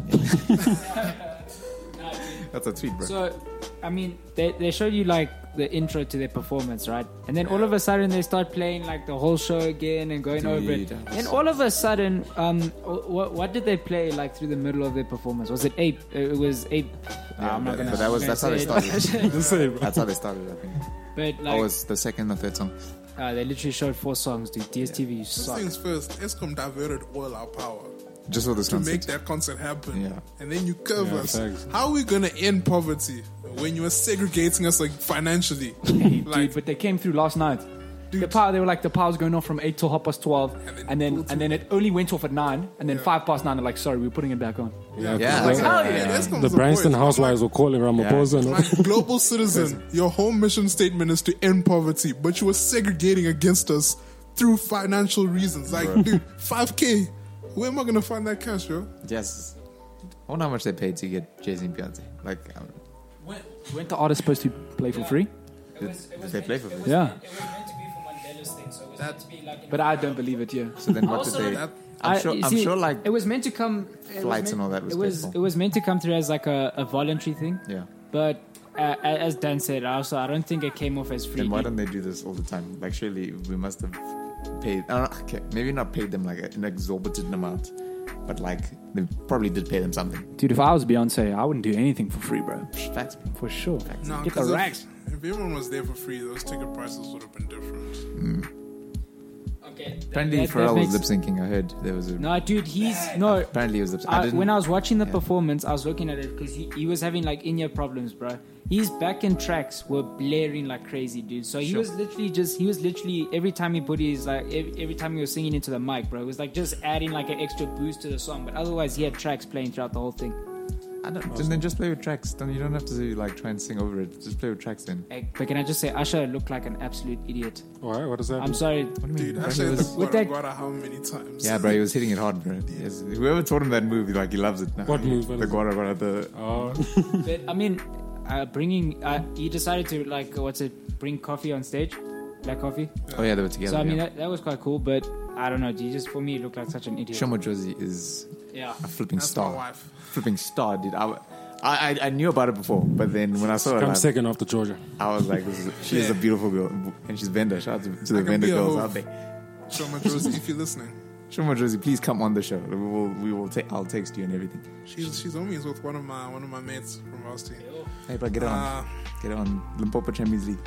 That's a tweet, bro. So, I mean, they, they showed you like the intro to their performance, right? And then all of a sudden they start playing like the whole show again and going over it. Dude, that was And so- all of a sudden, um, what, what did they play like through the middle of their performance? Was it ape? It was ape. Yeah, I'm but- not gonna. but that was- I'm that's gonna how they say it. Just say it, bro. That's how they started. I think. but That like, was the second or third song. uh, they literally showed four songs, dude. DSTV, you First suck. things first, ESCOM diverted all our power Just for this to make concert. that concert happen. Yeah. And then you curve Yeah, us. thanks. How are we going to end poverty when you are segregating us like financially? like, Dude, but they came through last night. The Dude. power, they were like the power's going off from eight till half past twelve, And and then then pulled and then it only went off at nine, and then Yeah. five past nine. They're like, sorry, we're putting it back on. Yeah, Yeah, the- that's how- yeah, Eskom's the a Branston voice. housewives were calling Ramaphosa. and all- Like global citizen, your whole mission statement is to end poverty, but you were segregating against us through financial reasons. Like, dude, five k. Where am I gonna find that cash, bro? Yes. I wonder how much they paid to get Jay Z and Beyonce. Like, um, Weren't the artists supposed to play for free? did they play for free? Yeah, It was meant to be for Mandela's thing, so it was meant to be like. but I don't believe it. Yeah, So then what did Also, they? that- I'm I- sure. you I'm see, sure. Like, it was meant to come it was Flights meant- and all that was It was paid for. it was meant to come through as like a, a voluntary thing. yeah. But uh, a- as Dan said, also I don't think it came off as free. Then why don't they do this all the time? Like, surely we must have paid. I don't know, okay, maybe not paid them like an exorbitant amount, but like they probably did pay them something. dude. If I was Beyonce, I wouldn't do anything for free, bro. Facts. For sure. No, Get the 'cause if- racks. If, everyone was there for free, those ticket prices would have been different. Okay. that- Apparently, that- that Pharrell was makes- lip syncing. I heard there was a. No, dude, he's no. Apparently, he was lip syncing. I I, didn't. when I was watching the yeah. performance, I was looking at it because he, he was having like in ear problems, bro. His back and tracks were blaring like crazy, dude. So he Sure. was literally just he was literally every time he put his like every, every time he was singing into the mic, bro. It was like just adding like an extra boost to the song. But otherwise, he had tracks playing throughout the whole thing. I don't, then, then just play with tracks. Don't you don't have to say, like try and sing over it. Just play with tracks then. Like, but can I just say, Usher looked like an absolute idiot. Why? What is that? I'm sorry. What do you Dude, mean? I Apparently said it the was- With that- Guara how many times? Yeah, bro, he was hitting it hard, bro. Yes. Whoever taught him that move, like he loves it now. What move? What The is it? guara guara. The Oh, But I mean, uh, bringing uh, he decided to like uh, what's it? Bring coffee on stage, black coffee. oh yeah, they were together. so I mean, yeah. that, that was quite cool. But I don't know, dude. Just for me, it looked like such an idiot. Shomo Josie is Yeah. a flipping That's star. my wife. Flipping star, dude. I, I I- I knew about it before, but then when I saw it, I'm live, second after Georgia. I was like, this is, she is a Yeah. beautiful girl, and she's vendor. Shout out to, to I the can vendor be a girls hoe. out there. Show my Josie if you're listening. Shomo Josie, please come on the show. We will we will take I'll text you and everything. She's she's homies with one of my one of my mates from varsity. Hey, bro, get it on, Uh, get it on Limpopo Champions League.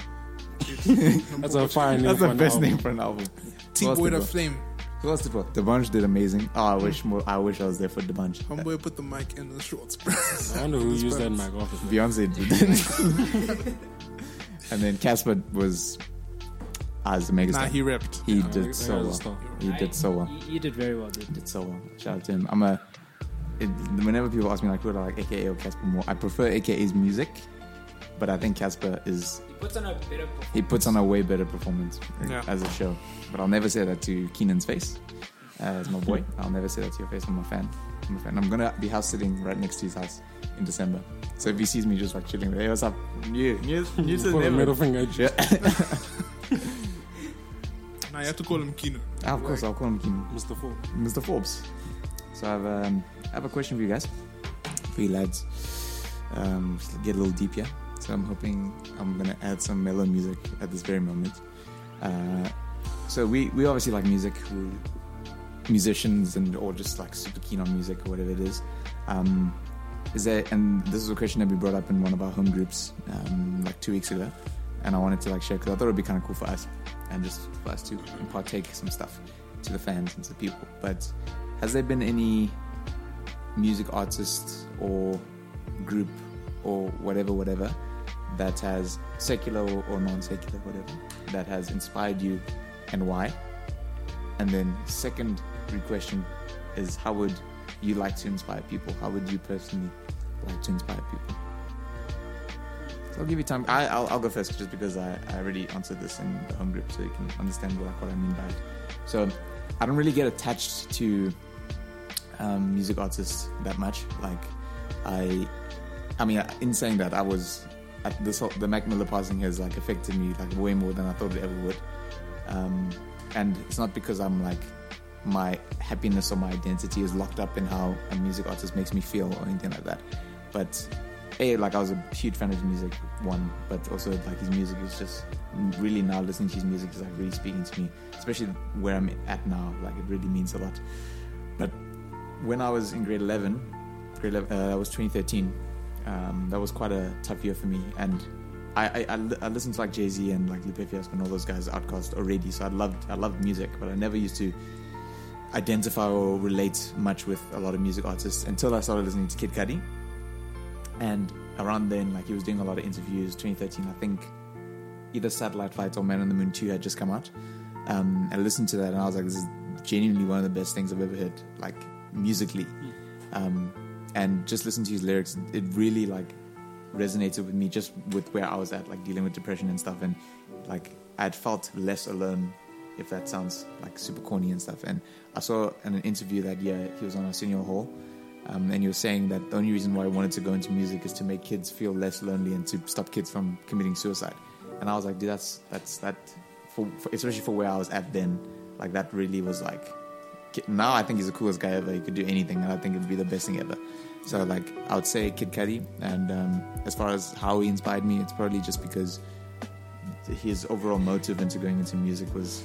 That's a fire name. That's for the an best album. name for an album. Who T else boy did the well? flame. Who else did well? The bunch did amazing. Oh, I wish more. I wish I was there for the bunch. Homeboy put the mic in the shorts, bro. I wonder who used that in my office. Beyonce did. and then Casper was as a megastar. nah, he ripped. he Yeah, that did so guy's a well. star. He did so well. You, you did very well, dude. He did so well. Shout out to him. I'm a. It, whenever people ask me like who do I like AKA or Casper more, I prefer AKA's music, but I think Casper is He puts on a better he puts on a way better performance Yeah. as a show. But I'll never say that to Keenan's face. Uh, as my boy, I'll never say that to your face. I'm a fan. I'm a fan. I'm gonna be house sitting right next to his house in December. So if he sees me just like chilling, hey, what's up? New, new, new to the Put a middle neighborhood. finger at you. Nah, you have to call him Keenan. Ah, of course, I'll call him Keenan. Mr. Four. Mr. Forbes. So I have, um, I have a question for you guys, for you lads. Um, just get a little deep here. So I'm hoping I'm gonna add some mellow music at this very moment. Uh, so we we obviously like music, we musicians, and or just like super keen on music or whatever it is. Um, is there? And this is a question that we brought up in one of our home groups um, like two weeks ago, and I wanted to like share because I thought it would be kind of cool for us and just for us to partake some stuff to the fans and to the people. But has there been any music artist or group or whatever, whatever, that has secular or non secular, whatever, that has inspired you and why? And then second question is how would you like to inspire people? How would you personally like to inspire people? So I'll give you time. I, I'll, I'll go first just because I, I already answered this in the home group, so you can understand what, what I mean by it. So I don't really get attached to um, music artists that much. Like I, I mean, in saying that, I was at this whole, the Mac Miller passing has like affected me like way more than I thought it ever would. Um, and it's not because I'm like my happiness or my identity is locked up in how a music artist makes me feel or anything like that. But a like I was a huge fan of his music one, but also like his music is just really now listening to his music is like really speaking to me, especially where I'm at now. Like it really means a lot. But when I was in grade eleven, grade 11 uh, that was 2013. Um, that was quite a tough year for me, and I I, I, li- I listened to like Jay Z and like Lupe Fiasco and all those guys, Outkast already. So I loved I loved music, but I never used to identify or relate much with a lot of music artists until I started listening to Kid Cudi. And around then, like he was doing a lot of interviews. 2013, I think either Satellite Flight or Man on the Moon 2 had just come out. Um, I listened to that and I was like, this is genuinely one of the best things I've ever heard, like musically. Um, and just listening to his lyrics, it really like resonated with me, just with where I was at, like dealing with depression and stuff. And like I'd felt less alone, if that sounds like super corny and stuff. And I saw in an interview that year he was on Arsenio Hall, um, and he was saying that the only reason why he wanted to go into music is to make kids feel less lonely and to stop kids from committing suicide. And I was like, dude, that's that's that, for, for, especially for where I was at then, like that really was like. ki- Now I think he's the coolest guy ever. He could do anything, and I think it'd be the best thing ever. So like, I would say Kid Cudi. And um, as far as how he inspired me, it's probably just because his overall motive into going into music was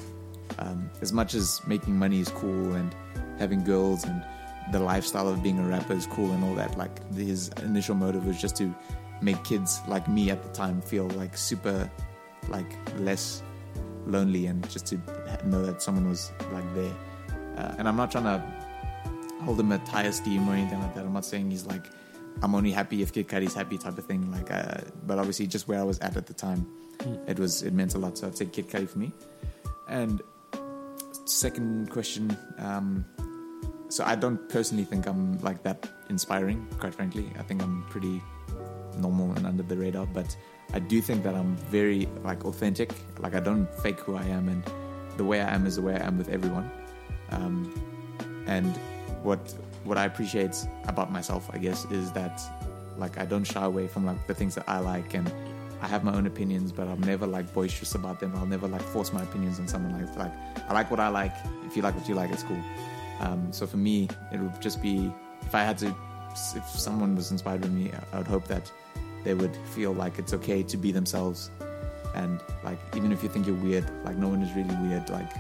um, as much as making money is cool and having girls and the lifestyle of being a rapper is cool and all that like his initial motive was just to make kids like me at the time feel like super like less lonely and just to ha- know that someone was like there uh, and i'm not trying to hold him at high esteem or anything like that i'm not saying he's like i'm only happy if kid Cudi's happy type of thing like uh, but obviously just where i was at at the time it was it meant a lot so i'd say kid Cudi for me and second question um, so i don't personally think i'm like that inspiring quite frankly i think i'm pretty normal and under the radar but i do think that i'm very like authentic like i don't fake who i am and the way i am is the way i am with everyone um, and what what i appreciate about myself i guess is that like i don't shy away from like the things that i like and I have my own opinions, but I'm never like boisterous about them. I'll never like force my opinions on someone like like I like what I like. If you like what you like, it's cool. Um, so for me, it would just be if I had to, if someone was inspired by me, I would hope that they would feel like it's okay to be themselves, and like even if you think you're weird, like no one is really weird. Like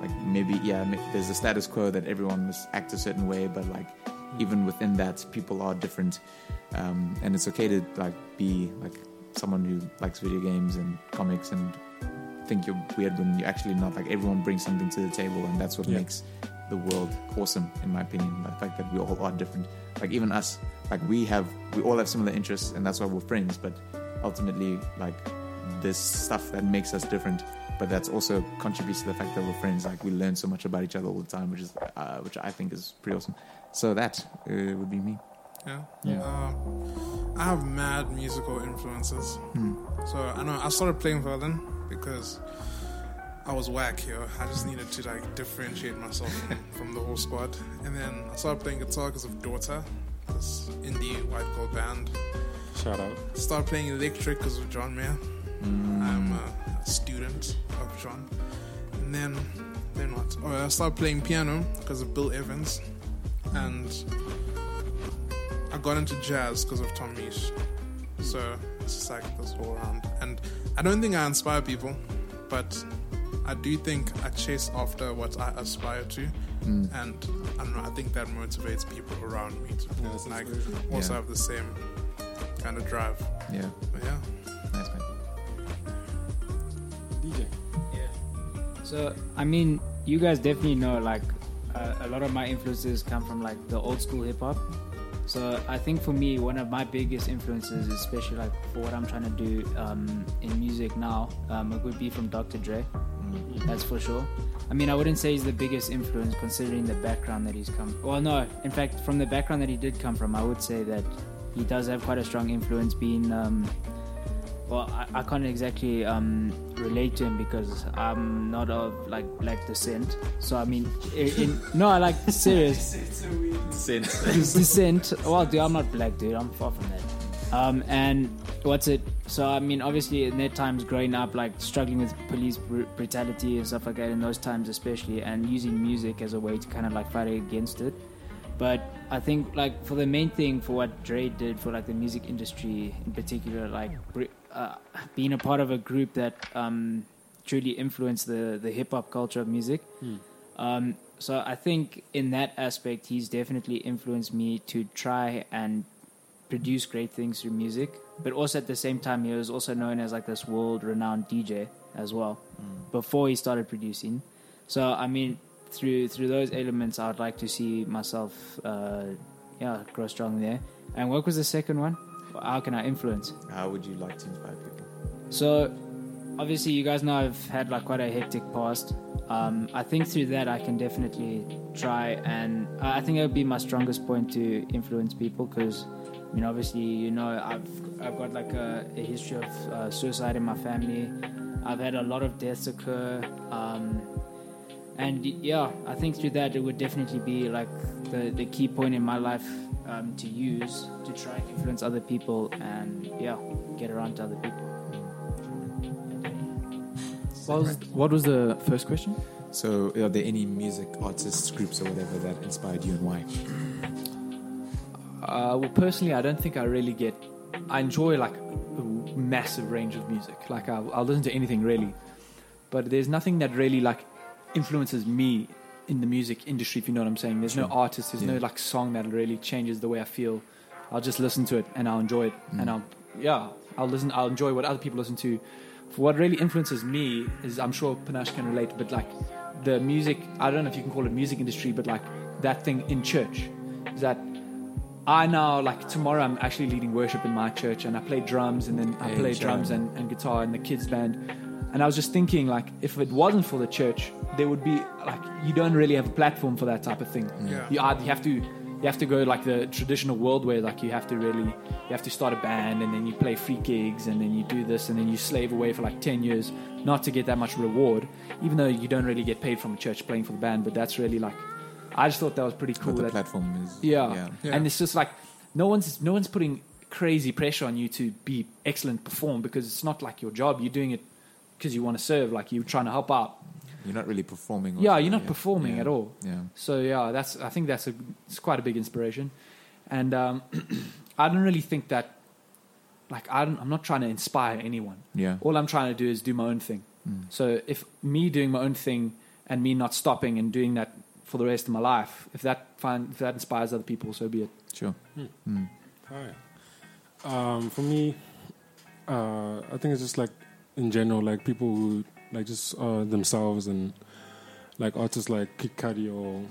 like maybe yeah, ma- there's a status quo that everyone must act a certain way, but like even within that, people are different, um, and it's okay to like be like someone who likes video games and comics and think you're weird when you're actually not. Like everyone brings something to the table, and that's what Yeah. makes the world awesome, in my opinion. The fact that we all are different. Like even us, like we have, we all have similar interests, and that's why we're friends. But ultimately, like this stuff that makes us different. But that's also contributes to the fact that we're friends. Like we learn so much about each other all the time, which is uh, which I think is pretty awesome. So that uh, would be me. Yeah. Yeah. Um, I have mad musical influences. So I know I started playing violin because I was whack, yo. I just needed to like differentiate myself from, from the whole squad. And then I started playing guitar because of Daughter, this indie white girl band. Shout out. Started playing electric because of John Mayer. Mm, I'm a student of John. And then, then what? Oh, I started playing piano because of Bill Evans, and I got into jazz because of Tom Misch. So it's just like this all around. And I don't think I inspire people, but I do think I chase after what I aspire to. Mm. And I don't know, I think that motivates people around me to that's like also Yeah. have the same kind of drive. Yeah, But yeah. nice man. DJ. So I mean, you guys definitely know like uh, a lot of my influences come from like the old school hip hop. So I think for me, one of my biggest influences, especially like for what I'm trying to Mm, do um, in music now, um, it would be from Dr. Dre. That's for sure. I mean, I wouldn't say he's the biggest influence considering the background that he's come. Well, no, in fact, from the background that he did come from, I would say that he does have quite a strong influence. Being, um, well, I, I can't exactly um, relate to him because I'm not of like black descent. So I mean, in, in, no, like serious Since his descent. Well, dude, I'm not black, dude. I'm far from that. Um, and what's it? So I mean, obviously, in their times growing up, like struggling with police br- brutality and stuff like that, in those times especially, and using music as a way to kind of like fight against it. But I think like for the main thing for what Dre did for like the music industry in particular, like br- uh, being a part of a group that um, truly influenced the the hip hop culture of music. Um, so I think in that aspect, he's definitely influenced me to try and produce great things through music. But also at the same time, he was also known as like this world-renowned DJ as well mm. before he started producing. So I mean, through through those elements, I'd like to see myself, uh, yeah, grow strong there. And what was the second one? How can I influence? how would you like to inspire people? So, obviously, you guys know I've had like quite a hectic past. Um, I think through that, I can definitely try and I I think it would be my strongest point to influence people because, I mean, obviously, you know, I've I've got like a, a history of uh, suicide in my family. I've had a lot of deaths occur. Um, and yeah, I think through that it would definitely be like the, the key point in my life um, to use to try and influence other people and yeah, get around to other people. What was, what was the first question? So, are there any music artists, groups, or whatever that inspired you and why? Uh, well, personally, I don't think I really get. I enjoy like a massive range of music. Like I, I'll listen to anything really, but there's nothing that really like influences me in the music industry. If you know what I'm saying, there's no artist, there's no Yeah. like song that really changes the way I feel. I'll just listen to it and I'll enjoy it, Mm. and I'll yeah, I'll listen. I'll enjoy what other people listen to. For what really influences me is, I'm sure Panache can relate, but like the music. I don't know if you can call it music industry, but like that thing in church is that I now like tomorrow I'm actually leading worship in my church and I play drums and then I Hey, play shout drums out. and, and guitar in the kids band and I was just thinking like if it wasn't for the church there would be like you don't really have a platform for that type of thing Yeah. you either you have to you have to go like the traditional world where like you have to really you have to start a band and then you play free gigs and then you do this and then you slave away for like 10 years not to get that much reward even though you don't really get paid from a church playing for the band but that's really like I just thought that was pretty cool What the that platform is. yeah. Yeah. And it's just like no one's no one's putting crazy pressure on you to be excellent perform because it's not like your job. You're doing it because you want to serve, like you're trying to help out. You're not really performing. or yeah, something, you're not performing Yeah. at all. Yeah. So yeah, that's I think that's a it's quite a big inspiration, and um, I don't really think that like I don't, I'm not trying to inspire anyone. Yeah. Mm, All I'm trying to do is do my own thing. So if me doing my own thing and me not stopping and doing that for the rest of my life, if that find, if that inspires other people, so be it. Sure. Mm, Hi. Um, for me, uh, I think it's just like in general, like people who like just uh, themselves and like artists like Kid Cudi or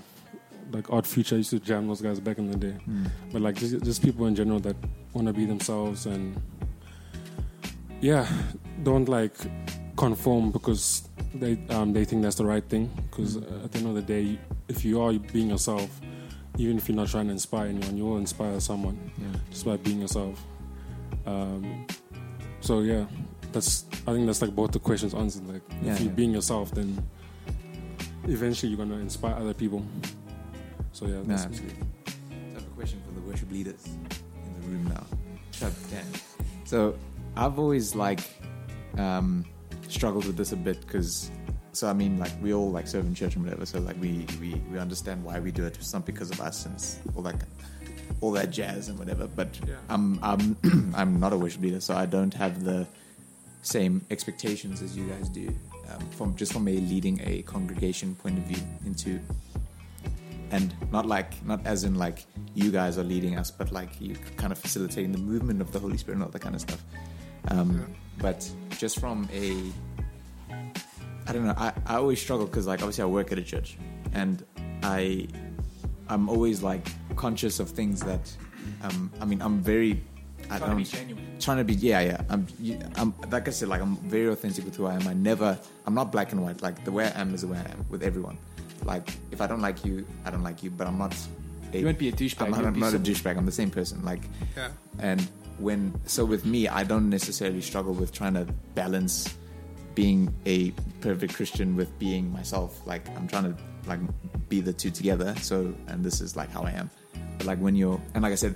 like Art Future I used to jam those guys back in the day. mm, But like just, just people in general that want to be themselves and yeah, don't like conform because they um, they think that's the right thing. Because at the end of the day, if you are being yourself, even if you're not trying to inspire anyone, you will inspire someone Yeah. just by being yourself. Um, so yeah, that's I think that's like both the questions answered. Like Yeah, if you're yeah. being yourself, then eventually you're gonna inspire other people. So yeah, No, that's absolutely. So I have a question for the worship leaders in the room now. Shut down. So I've always like um, struggled with this a bit because, so I mean, like we all like serve in church and whatever. So like we we, we understand why we do it. It's not because of us and s- all that all that jazz and whatever. But Yeah. I'm I'm I'm not a worship leader, so I don't have the same expectations as you guys do um, from just from a leading a congregation point of view into and not like not as in like you guys are leading us but like you kind of facilitating the movement of the holy spirit and all that kind of stuff um, Yeah. but just from a i don't know i, I always struggle because like obviously i work at a church and i i'm always like conscious of things that um, i mean i'm very I Trying to be don't genuine. trying to be yeah yeah I'm, you- I'm like i said like i'm very authentic with who i am i never i'm not black and white like the way i am is the way i am with everyone like if i don't like you i don't like you but i'm not a, You won't be a douchebag. i'm not, you'll I'm be not a civil. douchebag i'm the same person like Yeah. and when so with me i don't necessarily struggle with trying to balance being a perfect christian with being myself like i'm trying to like be the two together so and this is like how i am but like when you're and like i said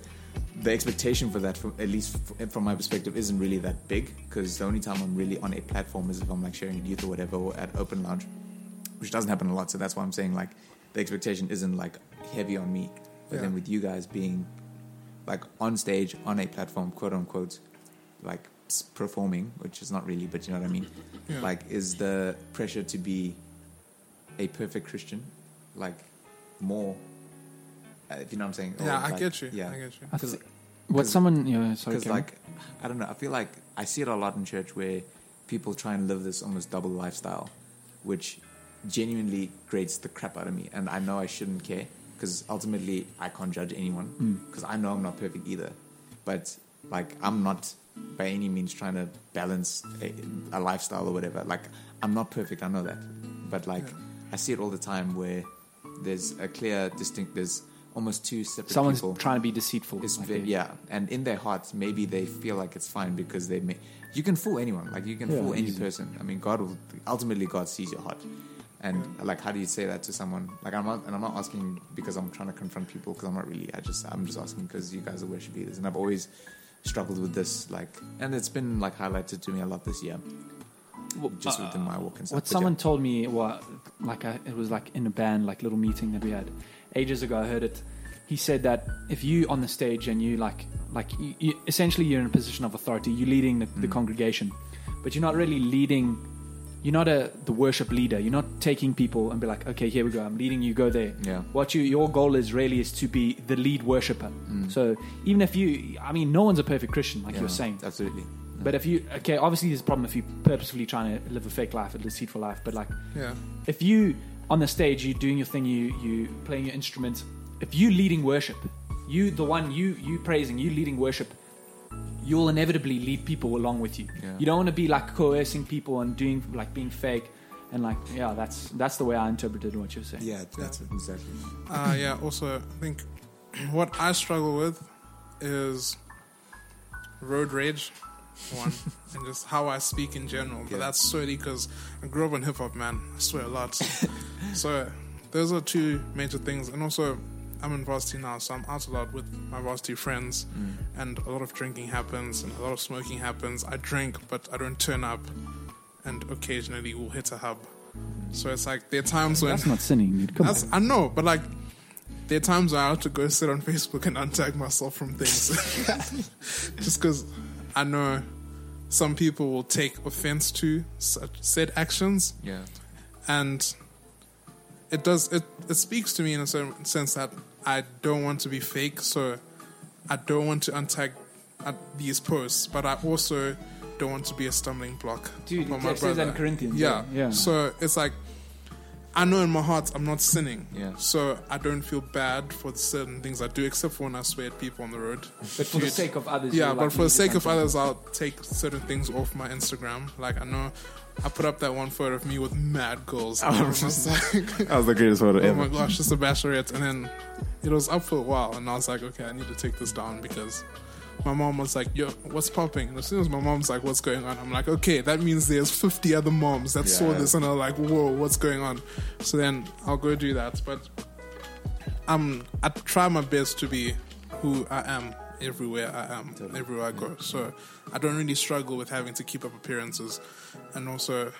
the expectation for that from at least f- from my perspective isn't really that big because the only time i'm really on a platform is if i'm like sharing at youth or whatever or at open lounge which doesn't happen a lot so that's why i'm saying like the expectation isn't like heavy on me but Yeah. then with you guys being like on stage on a platform, quote unquote, like s- performing, which is not really, but you know what I mean. Yeah. Like, is the pressure to be a perfect Christian like more? Uh, if you know what I'm saying? Or, Yeah, I like, get you. Yeah, I get you. because What 'Cause- someone, yeah, sorry, because Cameron. like I don't know. I feel like I see it a lot in church where people try and live this almost double lifestyle, which genuinely grates the crap out of me. And I know I shouldn't care because ultimately I can't judge anyone because I know I'm not perfect either. But like I'm not by any means trying to balance a, a lifestyle or whatever. Like I'm not perfect. I know that. But like Yeah. I see it all the time where there's a clear distinct. There's almost two separate someone's people. trying to be deceitful. It's like ve- they- yeah, and in their hearts, maybe they feel like it's fine because they may. You can fool anyone, like you can Yeah, fool any easy. person. I mean, God will ultimately God sees your heart, and like how do you say that to someone? Like I'm not, and I'm not asking because I'm trying to confront people because I'm not really. I just I'm just asking because you guys are worship leaders, and I've always struggled with this. Like, and it's been like highlighted to me a lot this year, just within my walk and stuff. What But yeah. Uh, someone told me, well, like I, it was like in a band, like little meeting that we had ages ago. I heard it. He said that if you on the stage and you like, like you, you, essentially you're in a position of authority, you're leading the, the Mm. congregation, but you're not really leading. You're not a the worship leader. You're not taking people and be like, okay, here we go. I'm leading you. Go there. Yeah. What you your goal is really is to be the lead worshipper. So even if you, I mean, no one's a perfect Christian, like Mm. Yeah, you're saying. absolutely. But if you, okay, obviously there's a problem if you purposefully trying to live a fake life, a deceitful life. But like, Yeah. if you on the stage you're doing your thing you you playing your instrument if you leading worship you the one you you praising you leading worship you'll inevitably lead people along with you Yeah. you don't want to be like coercing people and doing like being fake and like yeah that's that's the way i interpreted what you're saying Yeah, that's it, exactly. Uh, yeah. Also, I think what I struggle with is road rage, one, and just how I speak in general. But Yeah. that's solely because I grew up on hip hop, man. I swear a lot. so those are two major things, and also. I'm in varsity now, so I'm out a lot with my varsity friends, and a lot of drinking happens, and a lot of smoking happens. I drink, but I don't turn up, and occasionally we'll hit a hub. So it's like there are times when that's not sinning dude come that's, on I know, but like, there are times where I have to go sit on Facebook and untag myself from things, just because I know some people will take offense to such said actions, Yeah, and it does it it speaks to me in a certain sense that I don't want to be fake, so I don't want to untag uh, these posts, but I also don't want to be a stumbling block Dude, for it my says that in brother. Corinthians. Yeah. Yeah. So it's like I know in my heart I'm not sinning. Yeah. So I don't feel bad for certain things I do, except for when I swear at people on the road. But for the sake of others. Yeah, you're but like, for the you sake of can't- others, I'll take certain things off my Instagram. Like I know I put up that one photo of me with mad girls. And everyone was like, that was the greatest photo oh my gosh, it's a bachelorette. And then it was up for a while, and I was like, okay, I need to take this down because my mom was like, yo, what's popping? And as soon as my mom's like, what's going on? I'm like, okay, that means there's 50 other moms that saw Yeah. this and are like, whoa, what's going on? So then I'll go do that. But I'm, I try my best to be who I am everywhere I am, everywhere I go. So I don't really struggle with having to keep up appearances. And also,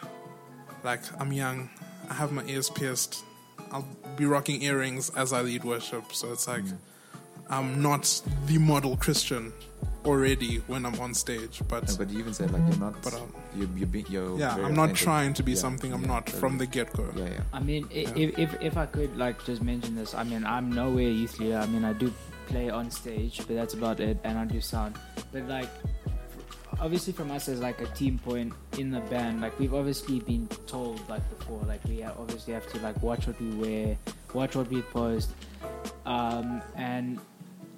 like, I'm young, I have my ears pierced. I'll be rocking earrings as I lead worship. So it's like, Mm. I'm not the model Christian already when I'm on stage, but No, but you even said like you're not. But, um, you're, you're, be, you're yeah, very I'm not authentic. trying to be Yeah, something I'm yeah, not totally. from the get go. Yeah, yeah. I mean, i if, if if I could like just mention this, I mean, I'm nowhere youth leader. I mean, I do play on stage, but that's about it, and I do sound. But like, f- obviously, from us as like a team point in the band, like we've obviously been told like before, like we ha- obviously have to like watch what we wear, watch what we post, um, and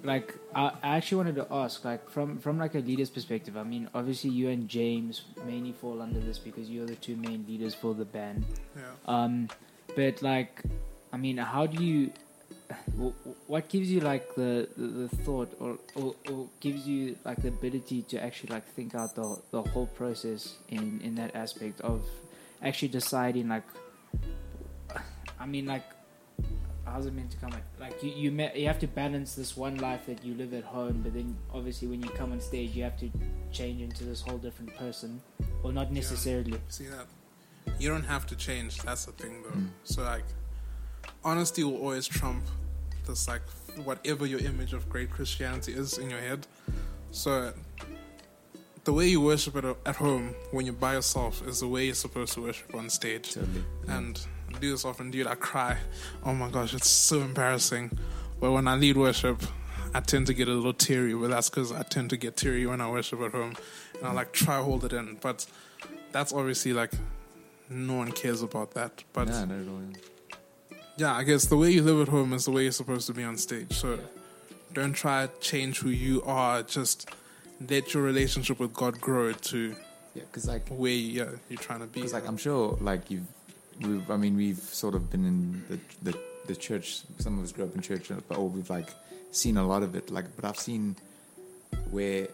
like I, I actually wanted to ask like from from like a leader's perspective i mean obviously you and james mainly fall under this because you're the two main leaders for the band Yeah. um but like i mean how do you wh- wh- what gives you like the the, the thought or, or or gives you like the ability to actually like think out the the whole process in in that aspect of actually deciding like i mean like how's it meant to come at? like you you, met, you have to balance this one life that you live at home but then obviously when you come on stage you have to change into this whole different person or not necessarily See that? You don't have to change. That's the thing, though. So like, honesty will always trump this like whatever your image of great Christianity is in your head. So the way you worship at, at home when you're by yourself is the way you're supposed to worship on stage. Totally. Mm. And I do this often, dude. I cry. Oh my gosh, it's so embarrassing. But when I lead worship, I tend to get a little teary. But that's because I tend to get teary when I worship at home, and I like try hold it in. But that's obviously like no one cares about that. But Nah, not at all. yeah. yeah, I guess the way you live at home is the way you're supposed to be on stage. So don't try to change who you are. Just let your relationship with God grow to Yeah, because like, where you, yeah, you're trying to be. uh, cause, like I'm sure like you've, we've, I mean we've sort of been in the, the the church. Some of us grew up in church, but or we've like seen a lot of it. Like, but I've seen where,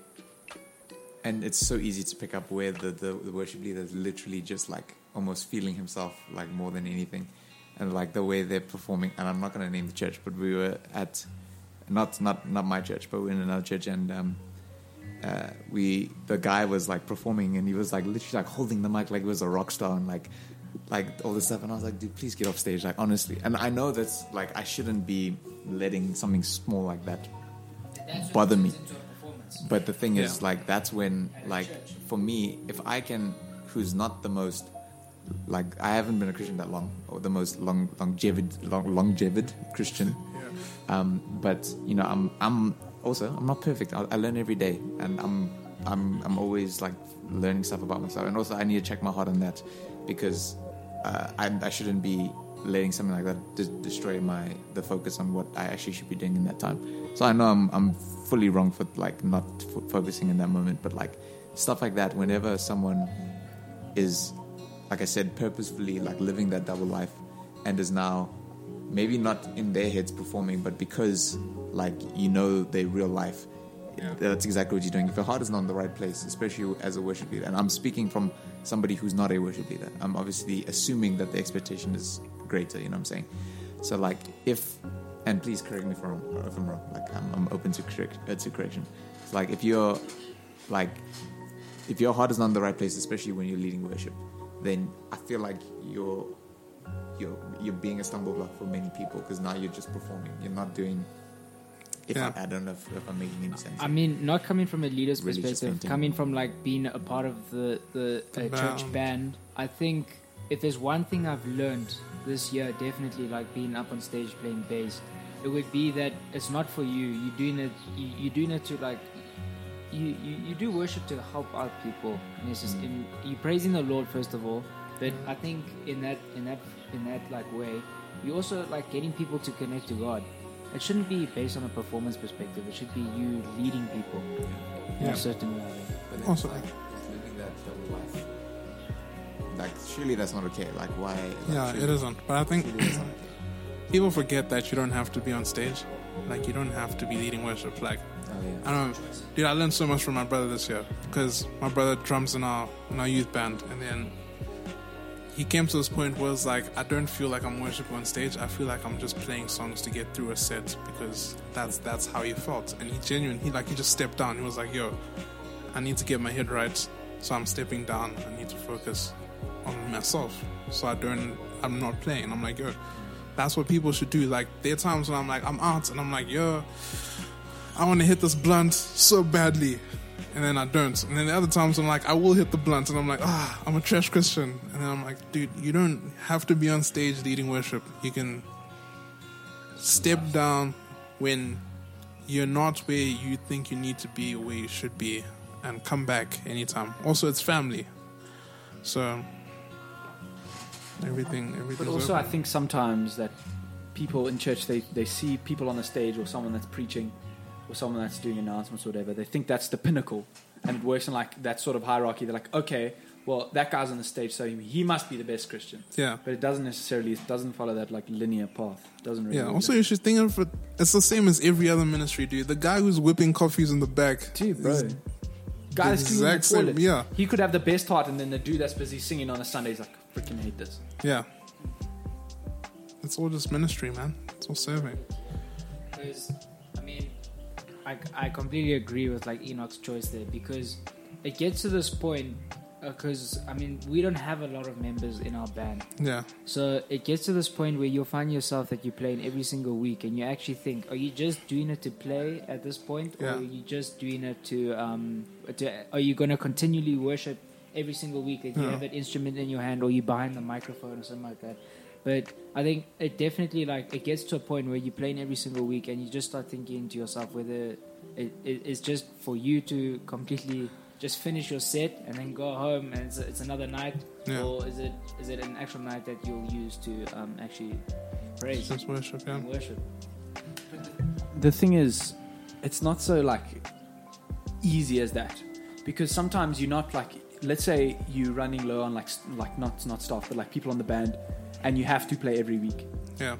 and it's so easy to pick up where the the, the worship leader is literally just like almost feeling himself like more than anything, and like the way they're performing. And I'm not gonna name the church, but we were at not not not my church, but we we're in another church, and um, uh, we the guy was like performing, and he was like literally like holding the mic like he was a rock star, and like like all this stuff. And I was like, dude, please get off stage, like honestly. And I know that's like I shouldn't be letting something small like that bother me. But the thing is, like, that's when, like, for me, if I can, who's not the most, like, I haven't been a Christian that long, or the most long, longevity, long, longevity Christian. Um, but you know, I'm, I'm also, I'm not perfect. I, I learn every day, and I'm, I'm, I'm always like learning stuff about myself. And also, I need to check my heart on that because uh, I, I shouldn't be letting something like that de- destroy my the focus on what I actually should be doing in that time. So I know I'm I'm fully wrong for like not f- focusing in that moment, but like stuff like that. Whenever someone is, like I said, purposefully like living that double life, and is now maybe not in their heads performing, but because like you know their real life, that's exactly what you're doing. If your heart is not in the right place, especially as a worship leader, and I'm speaking from somebody who's not a worship leader, I'm obviously assuming that the expectation is greater. You know what I'm saying? So like if, and please correct me if I'm wrong. If I'm wrong. Like I'm, I'm open to correct uh, to correction. Like if you're like if your heart is not in the right place, especially when you're leading worship, then I feel like you're you're you're being a stumble block for many people because now you're just performing. You're not doing. If Yeah. I, I don't know if, if I'm making any sense. I mean, not coming from a leader's Religious perspective, painting. coming from like being a part of the the uh, church band. band. I think if there's one thing I've learned this year, definitely like being up on stage playing bass, it would be that it's not for you. You're doing it. You, you're doing it to like. You, you, you do worship to help out people. And it's just in, you're praising the Lord first of all, but I think in that in that in that like way, you also like getting people to connect to God. It shouldn't be based on a performance perspective. It should be you leading people in Yeah. a certain way. But then Also- it's like it's living that double life. Like surely that's not okay. Like why? Like, yeah, surely- it isn't. But I think surely that's not okay. people forget that you don't have to be on stage. Like you don't have to be leading worship. Like Oh, yeah. I don't, dude. I learned so much from my brother this year because my brother drums in our in our youth band, and then he came to this point where it's like I don't feel like I'm worshiping on stage. I feel like I'm just playing songs to get through a set because that's that's how he felt. And he genuine. He like he just stepped down. He was like, "Yo, I need to get my head right, so I'm stepping down. I need to focus on myself, so I don't. I'm not playing. I'm like, yo, that's what people should do. Like there are times when I'm like, I'm out, and I'm like, yo, I want to hit this blunt so badly, and then I don't. And then the other times I'm like, I will hit the blunt, and I'm like, ah, I'm a trash Christian. And then I'm like, dude, you don't have to be on stage leading worship. You can step down when you're not where you think you need to be or where you should be and come back anytime. Also, it's family. So, everything, everything. But also, I think sometimes that people in church they, they see people on the stage or someone that's preaching, or someone that's doing announcements or whatever, they think that's the pinnacle, and it works in like that sort of hierarchy. They're like, okay, well that guy's on the stage, so he must be the best Christian. Yeah. But it doesn't necessarily it doesn't follow that like linear path. It doesn't really. Yeah. Also, you should think of it. It's the same as every other ministry, dude. The guy who's whipping coffees in the back. dude, bro. is Guy the that's cleaning exact same- the toilet. yeah. He could have the best heart, and then the dude that's busy singing on a Sunday is like, freaking hate this. Yeah. It's all just ministry, man. It's all serving. Because, I mean, I, I completely agree with like Enoch's choice there because it gets to this point. Because I mean, we don't have a lot of members in our band, Yeah. so it gets to this point where you'll find yourself that you're playing every single week, and you actually think, are you just doing it to play at this point, Yeah. or are you just doing it to um, to, are you going to continually worship every single week that you Yeah. have an instrument in your hand, or you behind the microphone or something like that? But I think it definitely like it gets to a point where you're playing every single week and you just start thinking to yourself whether it, it, it's just for you to completely just finish your set and then go home and it's, it's another night, Yeah. or is it is it an actual night that you'll use to um, actually praise Just worship, yeah. and worship? the thing is, it's not so like easy as that because sometimes you're not like, let's say you're running low on like s- like not not staff but like people on the band, and you have to play every week. Yeah.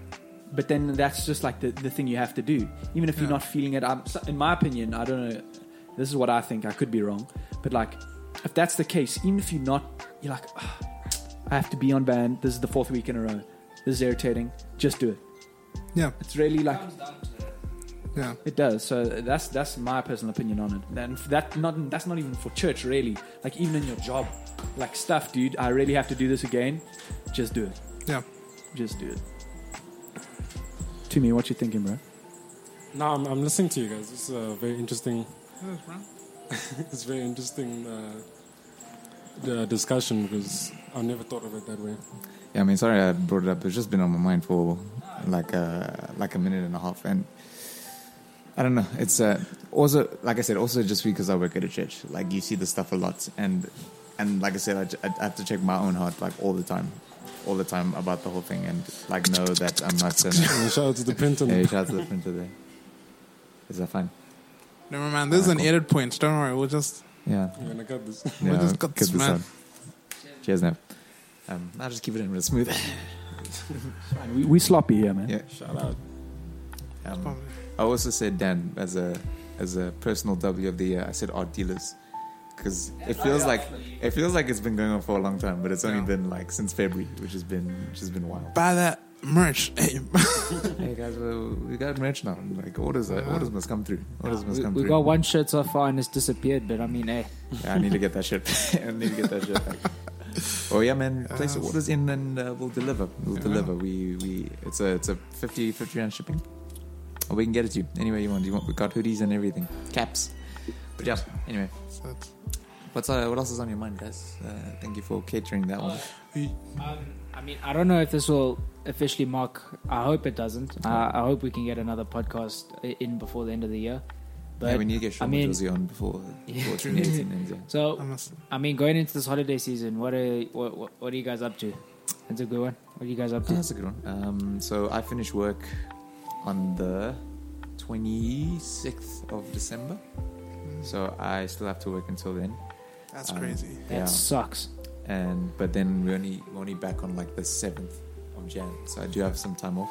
But then that's just like the, the thing you have to do, even if you're Yeah. not feeling it. I'm, so- in my opinion, I don't know. This is what I think. I could be wrong, but like if that's the case, even if you're not, you're like, "Ah, I have to be on band. This is the fourth week in a row. This is irritating. Just do it. Yeah. It's really like Yeah. it does. So that's that's my personal opinion on it. And that not that's not even for church really. Like even in your job, like stuff, dude. I really have to do this again. Just do it. Yeah. Just do it. To me, what you thinking, bro? No, I'm, I'm listening to you guys. It's a very interesting. Yes, bro. It's very interesting uh, the discussion because I never thought of it that way. Yeah, I mean, sorry I brought it up. It's just been on my mind for like a, like a minute and a half, and I don't know. It's uh, also like I said, also just because I work at a church, like you see this stuff a lot, and and like I said, I j- I, have to check my own heart like all the time, all the time about the whole thing, and like know that I'm not sinning. And shout out to the print and hey, shout out to the printer there. Is that fun? Never mind. This is an Cool. edit point. Don't worry. We'll just Yeah. when I got this. We yeah just cut got this, man. out. Cheers, now. Um, I'll just keep it in real smooth. We, we sloppy here, man. yeah. Shout out. Um, probably. I also said Dan as a as a personal W of the year. I said art dealers because it feels like it feels like it's been going on for a long time, but it's only Yeah. been like since February, which has been which has been wild. Buy that merch. hey Hey, guys, we, we got merch now. Like orders, uh, Yeah. orders must come through. Orders must We, come we through. got one shirt so far and it's disappeared, but I mean, eh. hey, Yeah, I need to get that shit. I need to get that shit. Back. Oh yeah, man! Place your Uh, orders in, and uh, we'll deliver. We'll Yeah. deliver. We we it's a it's a 50, 50 rand shipping. Or we can get it to you anywhere you want. You want? We got hoodies and everything, caps. But yeah, anyway. So it's- What's uh, what else is on your mind, guys? Uh, thank you for catering that one. Um, I mean, I don't know if this will officially mark. I hope it doesn't. I, I hope we can get another podcast i- in before the end of the year. But yeah, we need to get I Sean mean- Josie on before, Yeah. before 2018 ends. Yeah. I so must. I mean, going into this holiday season, what are what, what, what are you guys up to? That's a good one. What are you guys up Yeah, to? Oh, that's a good one. Um, so I finish work on the 26th of December. Mm. So I still have to work until then. That's Um, crazy. That sucks. and but then we only we're only back on like the seventh of Jan, so I do have some time off.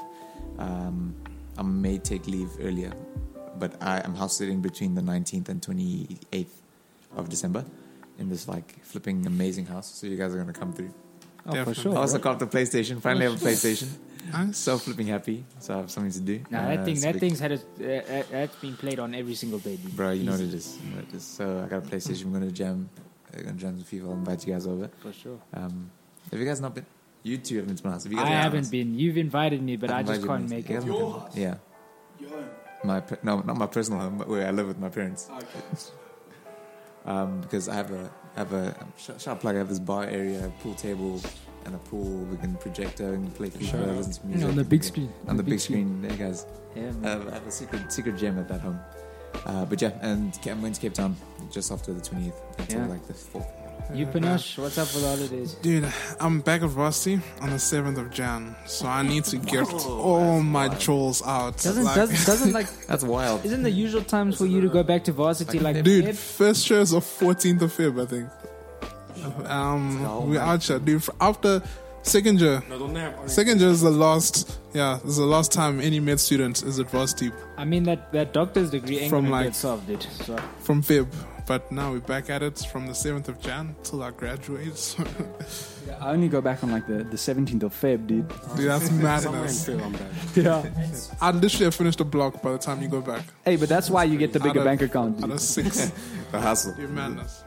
Um, I may take leave earlier, but I am house sitting between the nineteenth and twenty eighth of December in this like flipping amazing house. So you guys are gonna come through. Oh, for Definitely. sure. I also got the PlayStation. Finally have a PlayStation. Nice. so flipping happy. So I have something to do. Nah, that Uh, thing, it's that big- thing's had a, uh, uh, that's been played on every single day, dude. Bro, you know what Easy, it is. You know what it is. So I got a PlayStation. We're gonna jam. We're gonna jam some FIFA. I'll invite you guys over. for sure. Um, have you guys not been? You two haven't been to my house. Have you guys I been to my haven't house? been. You've invited me, but I Invited just can't me. make You it. guys want to- Yeah. My pa- no, not my personal home, but where I live with my parents. um, because I have a I have a um, sh- shop plug. I have this bar area, pool table, and a pool. We can projector and play Shout FIFA, out. listen to music on the and- big screen. On the big screen, there, guys. Yeah, I man. have, I have a secret secret gem at that home. Uh, but yeah, and Ca- I'm going to Cape Town just after the 20th until Yeah. like the 4th. You Panache, what's up with all of this? Dude, I'm back at Rusty on the 7th of Jan, so I need to get all my trolls out. Doesn't Like- doesn't doesn't like That's wild. isn't the usual times for you to go back to varsity like Dude, Feb? first show is the 14th of Feb, I think. Oh, Um, we're out here, dude. After second year, No, don't they have orange? second year is the last, yeah, is the last time any med student is at Rusty I mean that that doctor's degree ain't From, gonna like- get solved, dude. So from Feb. But now we're back at it from the 7th of Jan till I graduate. So, I only go back on like the, the 17th of Feb, dude. dude, that's Somewhere in madness. Phil, I'm back. Yeah. I literally have finished a block by the time you go back. Hey, but that's why you get the bigger Out of- bank account, Out dude. of six, The hustle. you're madness.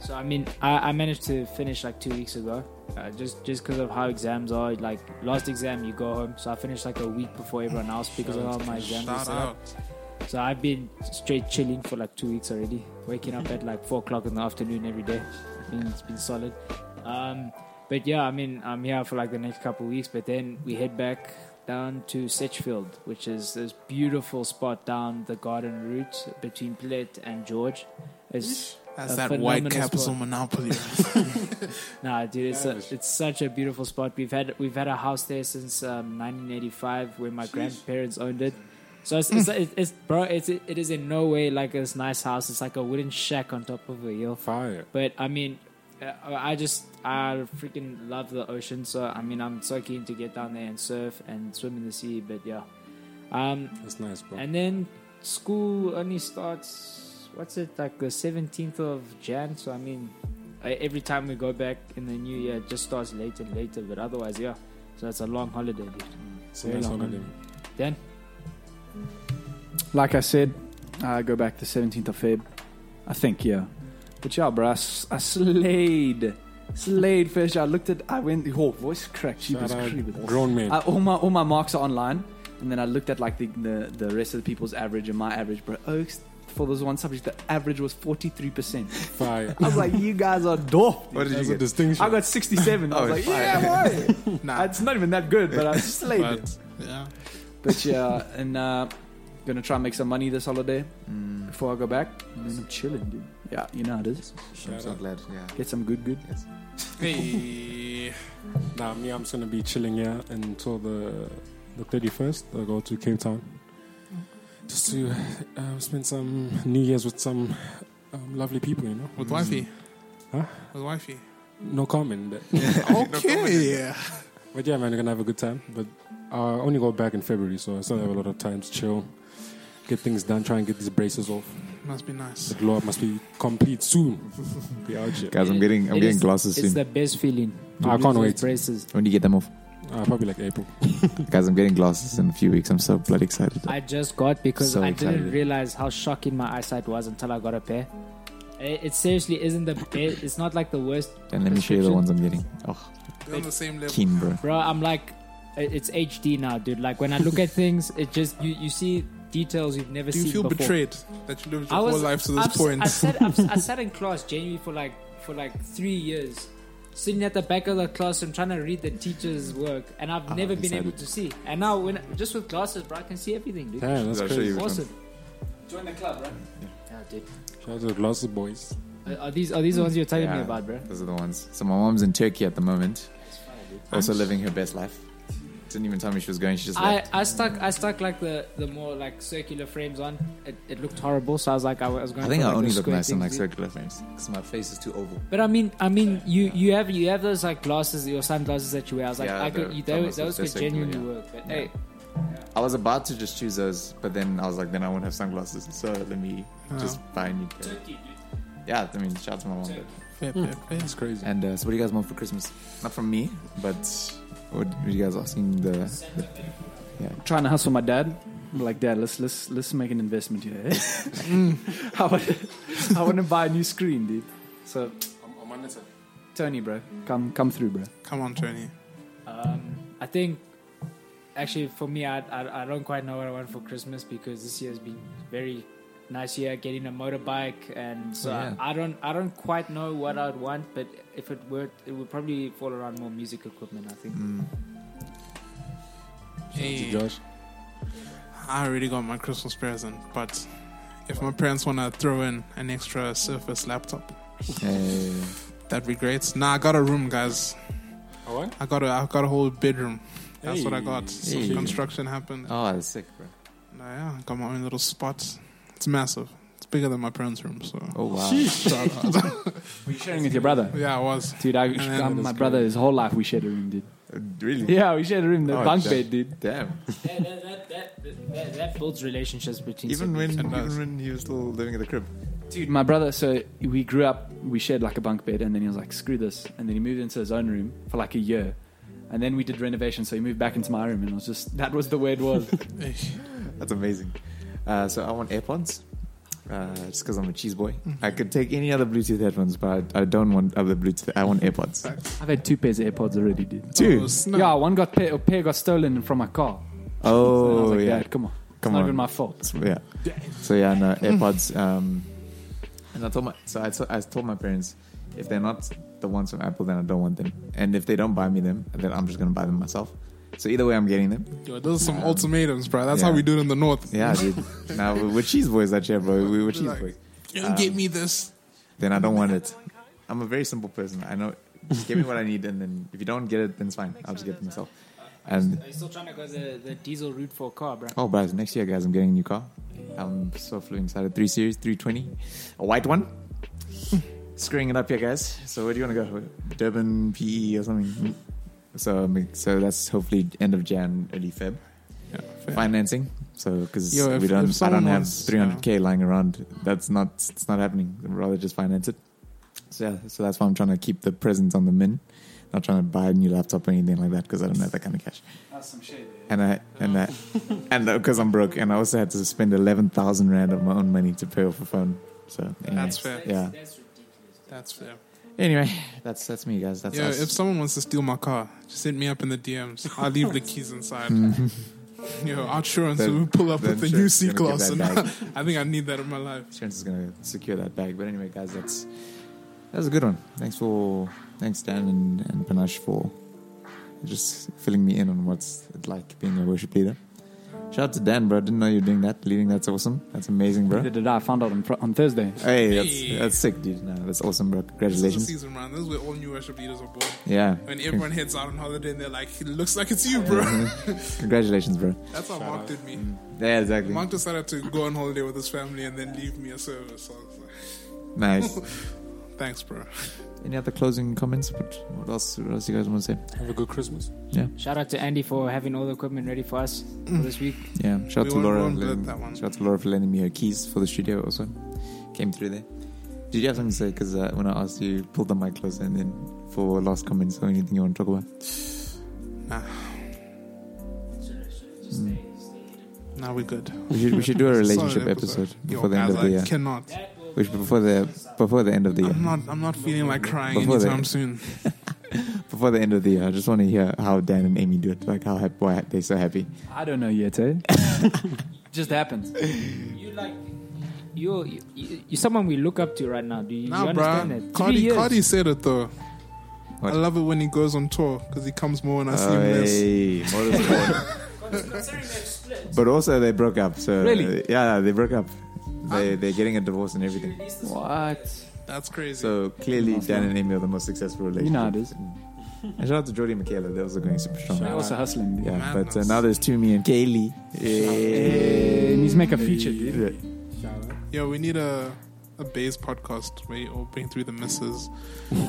so I mean I, I managed to finish like two weeks ago, uh, just just because of how exams are. Like last exam you go home, so I finished like a week before everyone else because of how my exams are Shout set up. out. So I've been straight chilling for like two weeks already. Waking up at like four o'clock in the afternoon every day. I mean, it's been solid. Um, but yeah, I mean, I'm here for like the next couple of weeks. But then we head back down to Setchfield, which is this beautiful spot down the garden route between Plett and George. It's That's a that phenomenal white capital spot. monopoly. Nah, dude, it's a, Lavish. it's such a beautiful spot. We've had we've had a house there since um, 1985, where my grandparents owned it. So it's, it's, it's, it's bro, it's it is in no way like this nice house. It's like a wooden shack on top of a hill. Fire. But I mean, uh, I just I freaking love the ocean. So I mean, I'm so keen to get down there and surf and swim in the sea. But yeah, um, That's nice, bro. and then school only starts, what's it, like the 17th of Jan. So, I mean, uh, every time we go back in the new year, it just starts later and later. But otherwise, yeah. So, it's a long holiday, dude. so nice long one of them. Dan? Like I said, I go back the 17th of Feb. I think, yeah. But yeah, bro, I, s- I slayed. Slayed first. I looked at, I went, oh, voice crack. She Shout was out, creepy. Uh, grown men. I, all my all my marks are online, and then I looked at like the, the the rest of the people's average and my average. Bro, Oaks for this one subject, the average was forty three percent. Fire. I was like, you guys are dope. What did That's you a get? distinction. I got sixty seven. I was Oh, like, fire. yeah, boy. nah, it's not even that good, but I slayed it. but, yeah. But yeah, and uh, gonna try and make some money this holiday mm, before I go back. And then I'm chilling, dude. Yeah, you know how it is. I'm Shout so out. glad. Yeah. Get some good, good. Yes. Hey, Nah, me, I'm just gonna be chilling here until the the 31st. I go to Cape Town just to uh, spend some New Year's with some um, lovely people. You know, with wifey. Mm-hmm. Huh? With wifey. no comment. Okay. But yeah, man, we're gonna have a good time. But I only go back in February, so I still have a lot of time to chill, get things done, try and get these braces off. Must be nice. The glow up must be complete soon. be out here. Guys, I'm It- getting I'm it getting is- glasses It's soon. the best feeling. I can't Lose those wait. Braces. When do you get them off? Uh, probably like April. Guys, I'm getting glasses in a few weeks. I'm so bloody excited. I just got because So I excited. didn't realize how shocking my eyesight was until I got a pair. It, it seriously isn't the best. It's not like the worst. And let me show you the prescription. ones I'm getting. Oh, They're on the same level. keen, bro. bro i'm like i- it's hd now dude like when i look at things it just you you see details you've never Do seen you feel before betrayed that you lived I your whole was- life to this I've s- point? I sat, I've, s- I sat in class genuinely for like for like three years sitting at the back of the classroom trying to read the teacher's work and i've Ah, never been excited. able to see and now when just with glasses bro i can see everything dude Damn, that's Should I show crazy. you? awesome Join the club, right? yeah dude Shout out to the glasses boys. Are- are these are these the ones you're telling me Yeah. about bro Those are the ones. So my mom's in Turkey at the moment, also living her best life. Didn't even tell me she was going. She just I, left. I stuck I stuck like the, the more like circular frames on. It, it looked horrible, so I was like I was going. I think for, I like, only those look square nice in things, like dude. circular frames because my face is too oval. But I mean, I mean, you you have you have those like glasses, your sunglasses that you wear. I was like, Yeah, I could, the- you, some those, of those those could are circular, genuinely yeah. work. But Yeah. hey, I was about to just choose those, but then I was like, then I won't have sunglasses, so let me Oh. Mm. just buy a new pair. Yeah, I mean, shout out to my mom. but- Fair, fair, fair. That's crazy. And uh, so, what do you guys want for Christmas? Not from me, but what were you guys asking the? Trying to hustle my dad. I'm like, dad, let's let's let's make an investment here. eh?" I want I want to buy a new screen, dude. So I'm on this. Tony, bro, come come through, bro. Come on, Tony. um, I think actually for me, I, I I don't quite know what I want for Christmas because this year has been very nice year getting a motorbike, and so Oh, Yeah. I, I don't I don't quite know what I'd want. But if it were, it would probably fall around more music equipment. I Mm. think. Shout out to Hey, Josh. I already got my Christmas present, but if my parents want to throw in an extra Surface laptop, Hey. that'd be great. Nah, I got a room, guys. Oh, what? I got a I got a whole bedroom. That's what I got. Hey. So Hey. construction happened. Oh, that's sick, bro. Nah, yeah, I got my own little spot. It's massive. It's bigger than my parents' room. So Oh wow. Were you sharing with your brother? Oh. yeah, it was. Dude, I, then um, it my brother, his whole life, we shared a room, dude. Really? Yeah, we shared a room, the Oh, bunk damn. bed, dude. Damn. that, that, that, that, that builds relationships between Even when siblings. And even us. when he was still living at the crib. Dude, my brother, so we grew up, we shared like a bunk bed, and then he was like, screw this. And then he moved into his own room for like a year. And then we did renovation, so he moved back into my room, and it was just, that was the way it was. That's amazing. Uh, so I want AirPods. Uh, just because I'm a cheese boy, I could take any other Bluetooth headphones, but I don't want other Bluetooth. I want AirPods. I've had two pairs of AirPods already, dude. Two. Oh, snap. Yeah, one got pair, a pair got stolen from my car. And I was Oh like, yeah, Dad, come on. it's Come not on. even my fault. So, yeah. So yeah, no AirPods. Um, and I told my so I, so I told my parents if they're not the ones from Apple, then I don't want them. And if they don't buy me them, then I'm just gonna buy them myself. So either way, I'm getting them. Yo, those are some ultimatums, bro. That's yeah. how we do it in the north. Yeah, dude. now we're, we're cheese boys, that shit, bro. We were cheese boys. You don't get me this. Then I don't want it. I'm a very simple person. I know. Just give me what I need, and then if you don't get it, then it's fine. I'll just get it myself. And Are you still trying to go the, the diesel route for a car, bro? Oh, guys, next year, guys, I'm getting a new car. I'm so flipping excited. 3 Series, 320. A white one. Screwing it up here, guys. So, where do you want to go? Durban, PE, or something. So, um, so that's hopefully end of Jan, early Feb. Financing. So, because Yo, if- we don't, if I someone don't have wants- 300k lying around. That's not, it's not happening. I'd rather just finance it. So, yeah, so that's why I'm trying to keep the presence on the min. Not trying to buy a new laptop or anything like that because I don't have that kind of cash That's some shit, and I and I and because I'm broke, and I also had to spend eleven thousand rand of my own money to pay off a phone. So anyway. That's fair. yeah. That's ridiculous. That's fair. Anyway, that's that's me, guys. That's Yeah, us. if someone wants to steal my car, just hit me up in the DMs. I'll leave the keys inside. Mm-hmm. Yo, outsurance The- will pull up the with the new insurance is C gonna class, get and that I think I need that in my life. Insurance is gonna secure that bag. But anyway, guys, that's that's a good one. Thanks for thanks Dan and, and Panache for just filling me in on what's it like being a worship leader. Shout out to Dan, bro. Didn't know you were doing that. Leading that's awesome. That's amazing, bro. Neither did I. I found out on, fr- on Thursday. Hey, that's that's sick, dude. No, that's awesome, bro. This is the Congratulations. season round. This is where all new worship leaders are born. Yeah. When everyone heads out on holiday, and they're like, "It looks like it's you, bro." Congratulations, bro. That's how Mark did Mm-hmm. me. Yeah, exactly. Mark decided to go on holiday with his family and then leave me a service. So I was like, Nice. "Thanks, bro." Any other closing comments? What, what else? What else you guys want to say? Have a good Christmas. Shout out to Andy for having all the equipment ready for us for this week. Yeah. Shout out We to won't- Laura. won't let lending- that one. Shout out to Laura for lending me her keys for the studio. Also, came through there. Did you have something to say? Because uh, when I asked you, you pulled the mic closer, and then for last comments or anything you want to talk about. Now we're good. We should we should do a Solid relationship episode Yo, before the end guys, of the I year. cannot. We should before the before the end of the year. I'm not. I'm not feeling like crying Before that. anytime soon. Before the end of the year, I just want to hear how Dan and Amy do it. Like how happy why they're so happy. I don't know yet, eh? just happens. You like you're you, you're someone we look up to right now. Do you, Nah, you bro. understand that? Three Cardi, years. Cardi said it though. What? I love it when he goes on tour because he comes more and I see Oh, him less. hey, more is more. But also, they broke up. So Really? yeah, they broke up. They they're getting a divorce and everything. What? That's crazy. So clearly, Dan and Amy are the most successful You relationship. know how it is. And shout out to Jody and Michaela. They also going super strong. They're also hustling, dude. Oh. Yeah, Man, but uh, that's- now there's two me and Kaylee. Hey, needs to make a feature, dude. Yeah. yeah, we need a a bass podcast where you all bring through the misses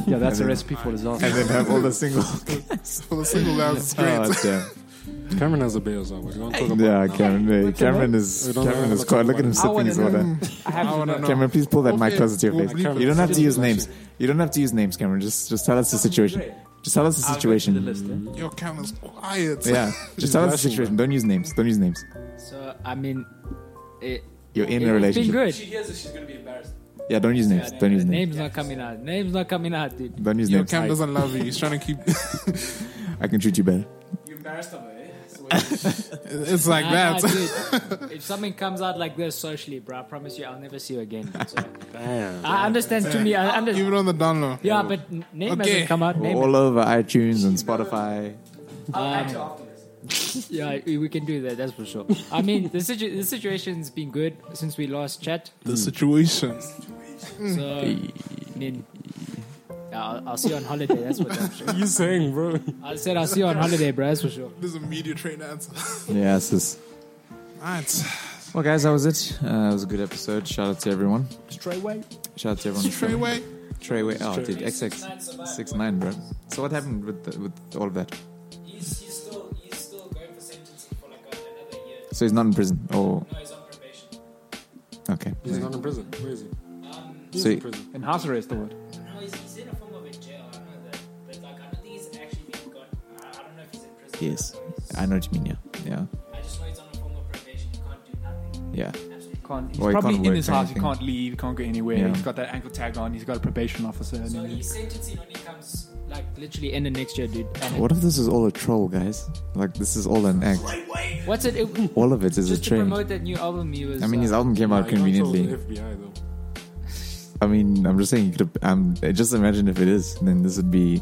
Yeah, that's a recipe for disaster. And then have all the single. for the single guys. It's great. Oh, damn. Cameron has a bail as well. We don't talk about Yeah, Cameron. hey, Cameron is We don't Cameron know is about quite. Look at that. him I sipping his water. I have I to want to know. know. Cameron, please pull that mic Okay. closer to your Well, face. please. You don't have to use names. You don't have to use names, Cameron. Just just tell us the situation. Just tell us the I'll go situation. to the list, eh? Your camera's quiet. Yeah, just tell us the situation. Don't use names. Don't use names. So I mean, it, You're in a it- it's been relationship. good. She hears this, she's going to be embarrassed. Yeah, don't use names. Don't use names. Name's not coming out. Name's not coming out, dude. Don't use Your names. cam doesn't love you. He's trying to keep. I can treat you better. You embarrassed of her, eh? it's like Nah, that. nah, dude. if something comes out like this socially, bro, I promise you, I'll never see you again. dude. So, I understand to me. I understand. Even on the download. Yeah, but n- name Okay. hasn't come out. Name All over iTunes and Spotify. hasn't- um, Yeah, we we can do that. That's for sure. I mean, the, situ- the situation's been good since we last chat. The situation. Mm. So, I mean, yeah, I'll, I'll see you on holiday. That's what I'm sure. you saying, bro? I said I'll see you on holiday, bro. That's for sure. This is a media trained answer. Yeah, sis. Alright. Well, guys, that was it. Uh, it was a good episode. Shout out to everyone. Straightway. Shout out to everyone. Treyway. Treyway. Oh, dude, XX six nine, bro. So what happened with the, with all of that? He's, he's still he's still going for sentencing for like another year. So he's not in prison. Oh, No, he's on probation. okay. He's not in prison. Where is he? He's So in he- prison. In house arrest, the word. No, he's, he's in a form of a jail. I know that, but like I don't think he's actually been got. I, I don't know if he's in prison. Yes. I know what you mean. Yeah. Yeah. I just know he's on a form of probation. He can't do nothing. Yeah. Absolutely. Can't, he's Well, he probably can't in work his or house. He anything. can't leave. He can't go anywhere. Yeah. He's got that ankle tag on. He's got a probation officer. And So then his sentencing only comes like literally end of next year, dude. And What if this is all a troll, guys? Like this is all an act. what's it? it All of it is a just to train. promote that new album, he was. I mean, his uh, album came out Nah, he controls conveniently. the FBI though. I mean, I'm just saying. You could, um, just imagine if it is, then this would be.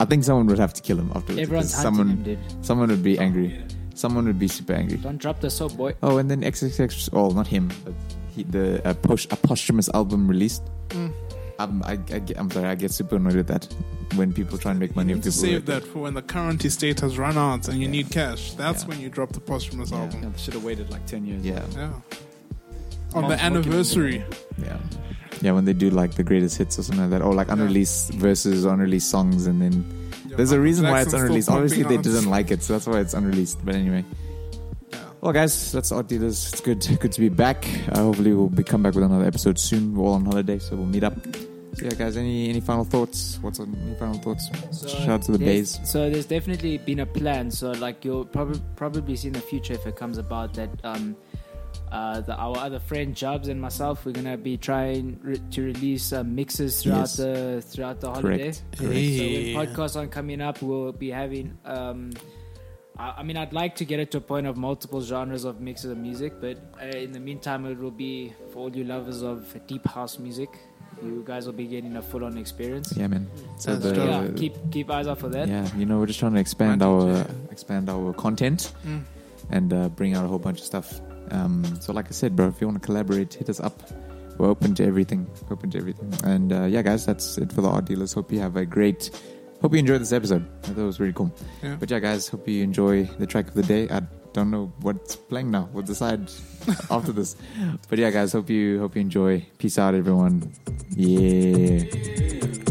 I think someone would have to kill him afterwards. Everyone's because hunting someone, him, dude. someone would be angry. Someone would be super angry. Don't drop the soap, boy. Oh, and then XXX. Oh, not him, but he, the uh, post, a posthumous album released. Um, I, am sorry, I get super annoyed at that when people try and make money You off need to people. save like that for when the current estate has run out and you Yeah. need cash. That's Yeah. when you drop the posthumous Yeah. album. should have waited like ten years. Yeah, Yeah. On Mom's the working. anniversary. yeah, yeah. When they do like the greatest hits or something like that, or like Yeah. unreleased verses, unreleased songs, and then Yeah, There's a Michael reason why it's Jackson's still unreleased. Obviously, they pumping out. didn't like it, so that's why it's unreleased. But anyway, Yeah. well, guys, that's our dealers. It's good, good to be back. Uh, hopefully, we'll be come back with another episode soon. We're all on holiday, so we'll meet up. So yeah, guys, any any final thoughts? What's on any final thoughts? So Shout out to the there's- bays. So there's definitely been a plan. So like you'll probably probably see in the future if it comes about that um, uh, the, our other friend Jobs and myself we're gonna be trying re- to release uh, mixes throughout Yes. the throughout the holiday. Correct. So Correct. Hey. when podcasts aren't coming up, we'll be having. Um, I I mean, I'd like to get it to a point of multiple genres of mixes of music, but uh, in the meantime, it will be for all you lovers of deep house music. You guys will be getting a full-on experience. Yeah, man. So That's the, dope. Yeah, keep keep eyes out for that. yeah, you know, we're just trying to expand our Content, expand our content Mm. and uh, bring out a whole bunch of stuff. Um, so, like I said, bro, if you want to collaborate, hit us up. We're open to everything. Open to everything. And uh, yeah, guys, that's it for the art dealers. Hope you have a great. Hope you enjoyed this episode. I thought it was really cool. Yeah. But yeah, guys, hope you enjoy the track of the day. I don't know what's playing now. We'll decide after this. But yeah, guys, hope you hope you enjoy. Peace out, everyone. Yeah.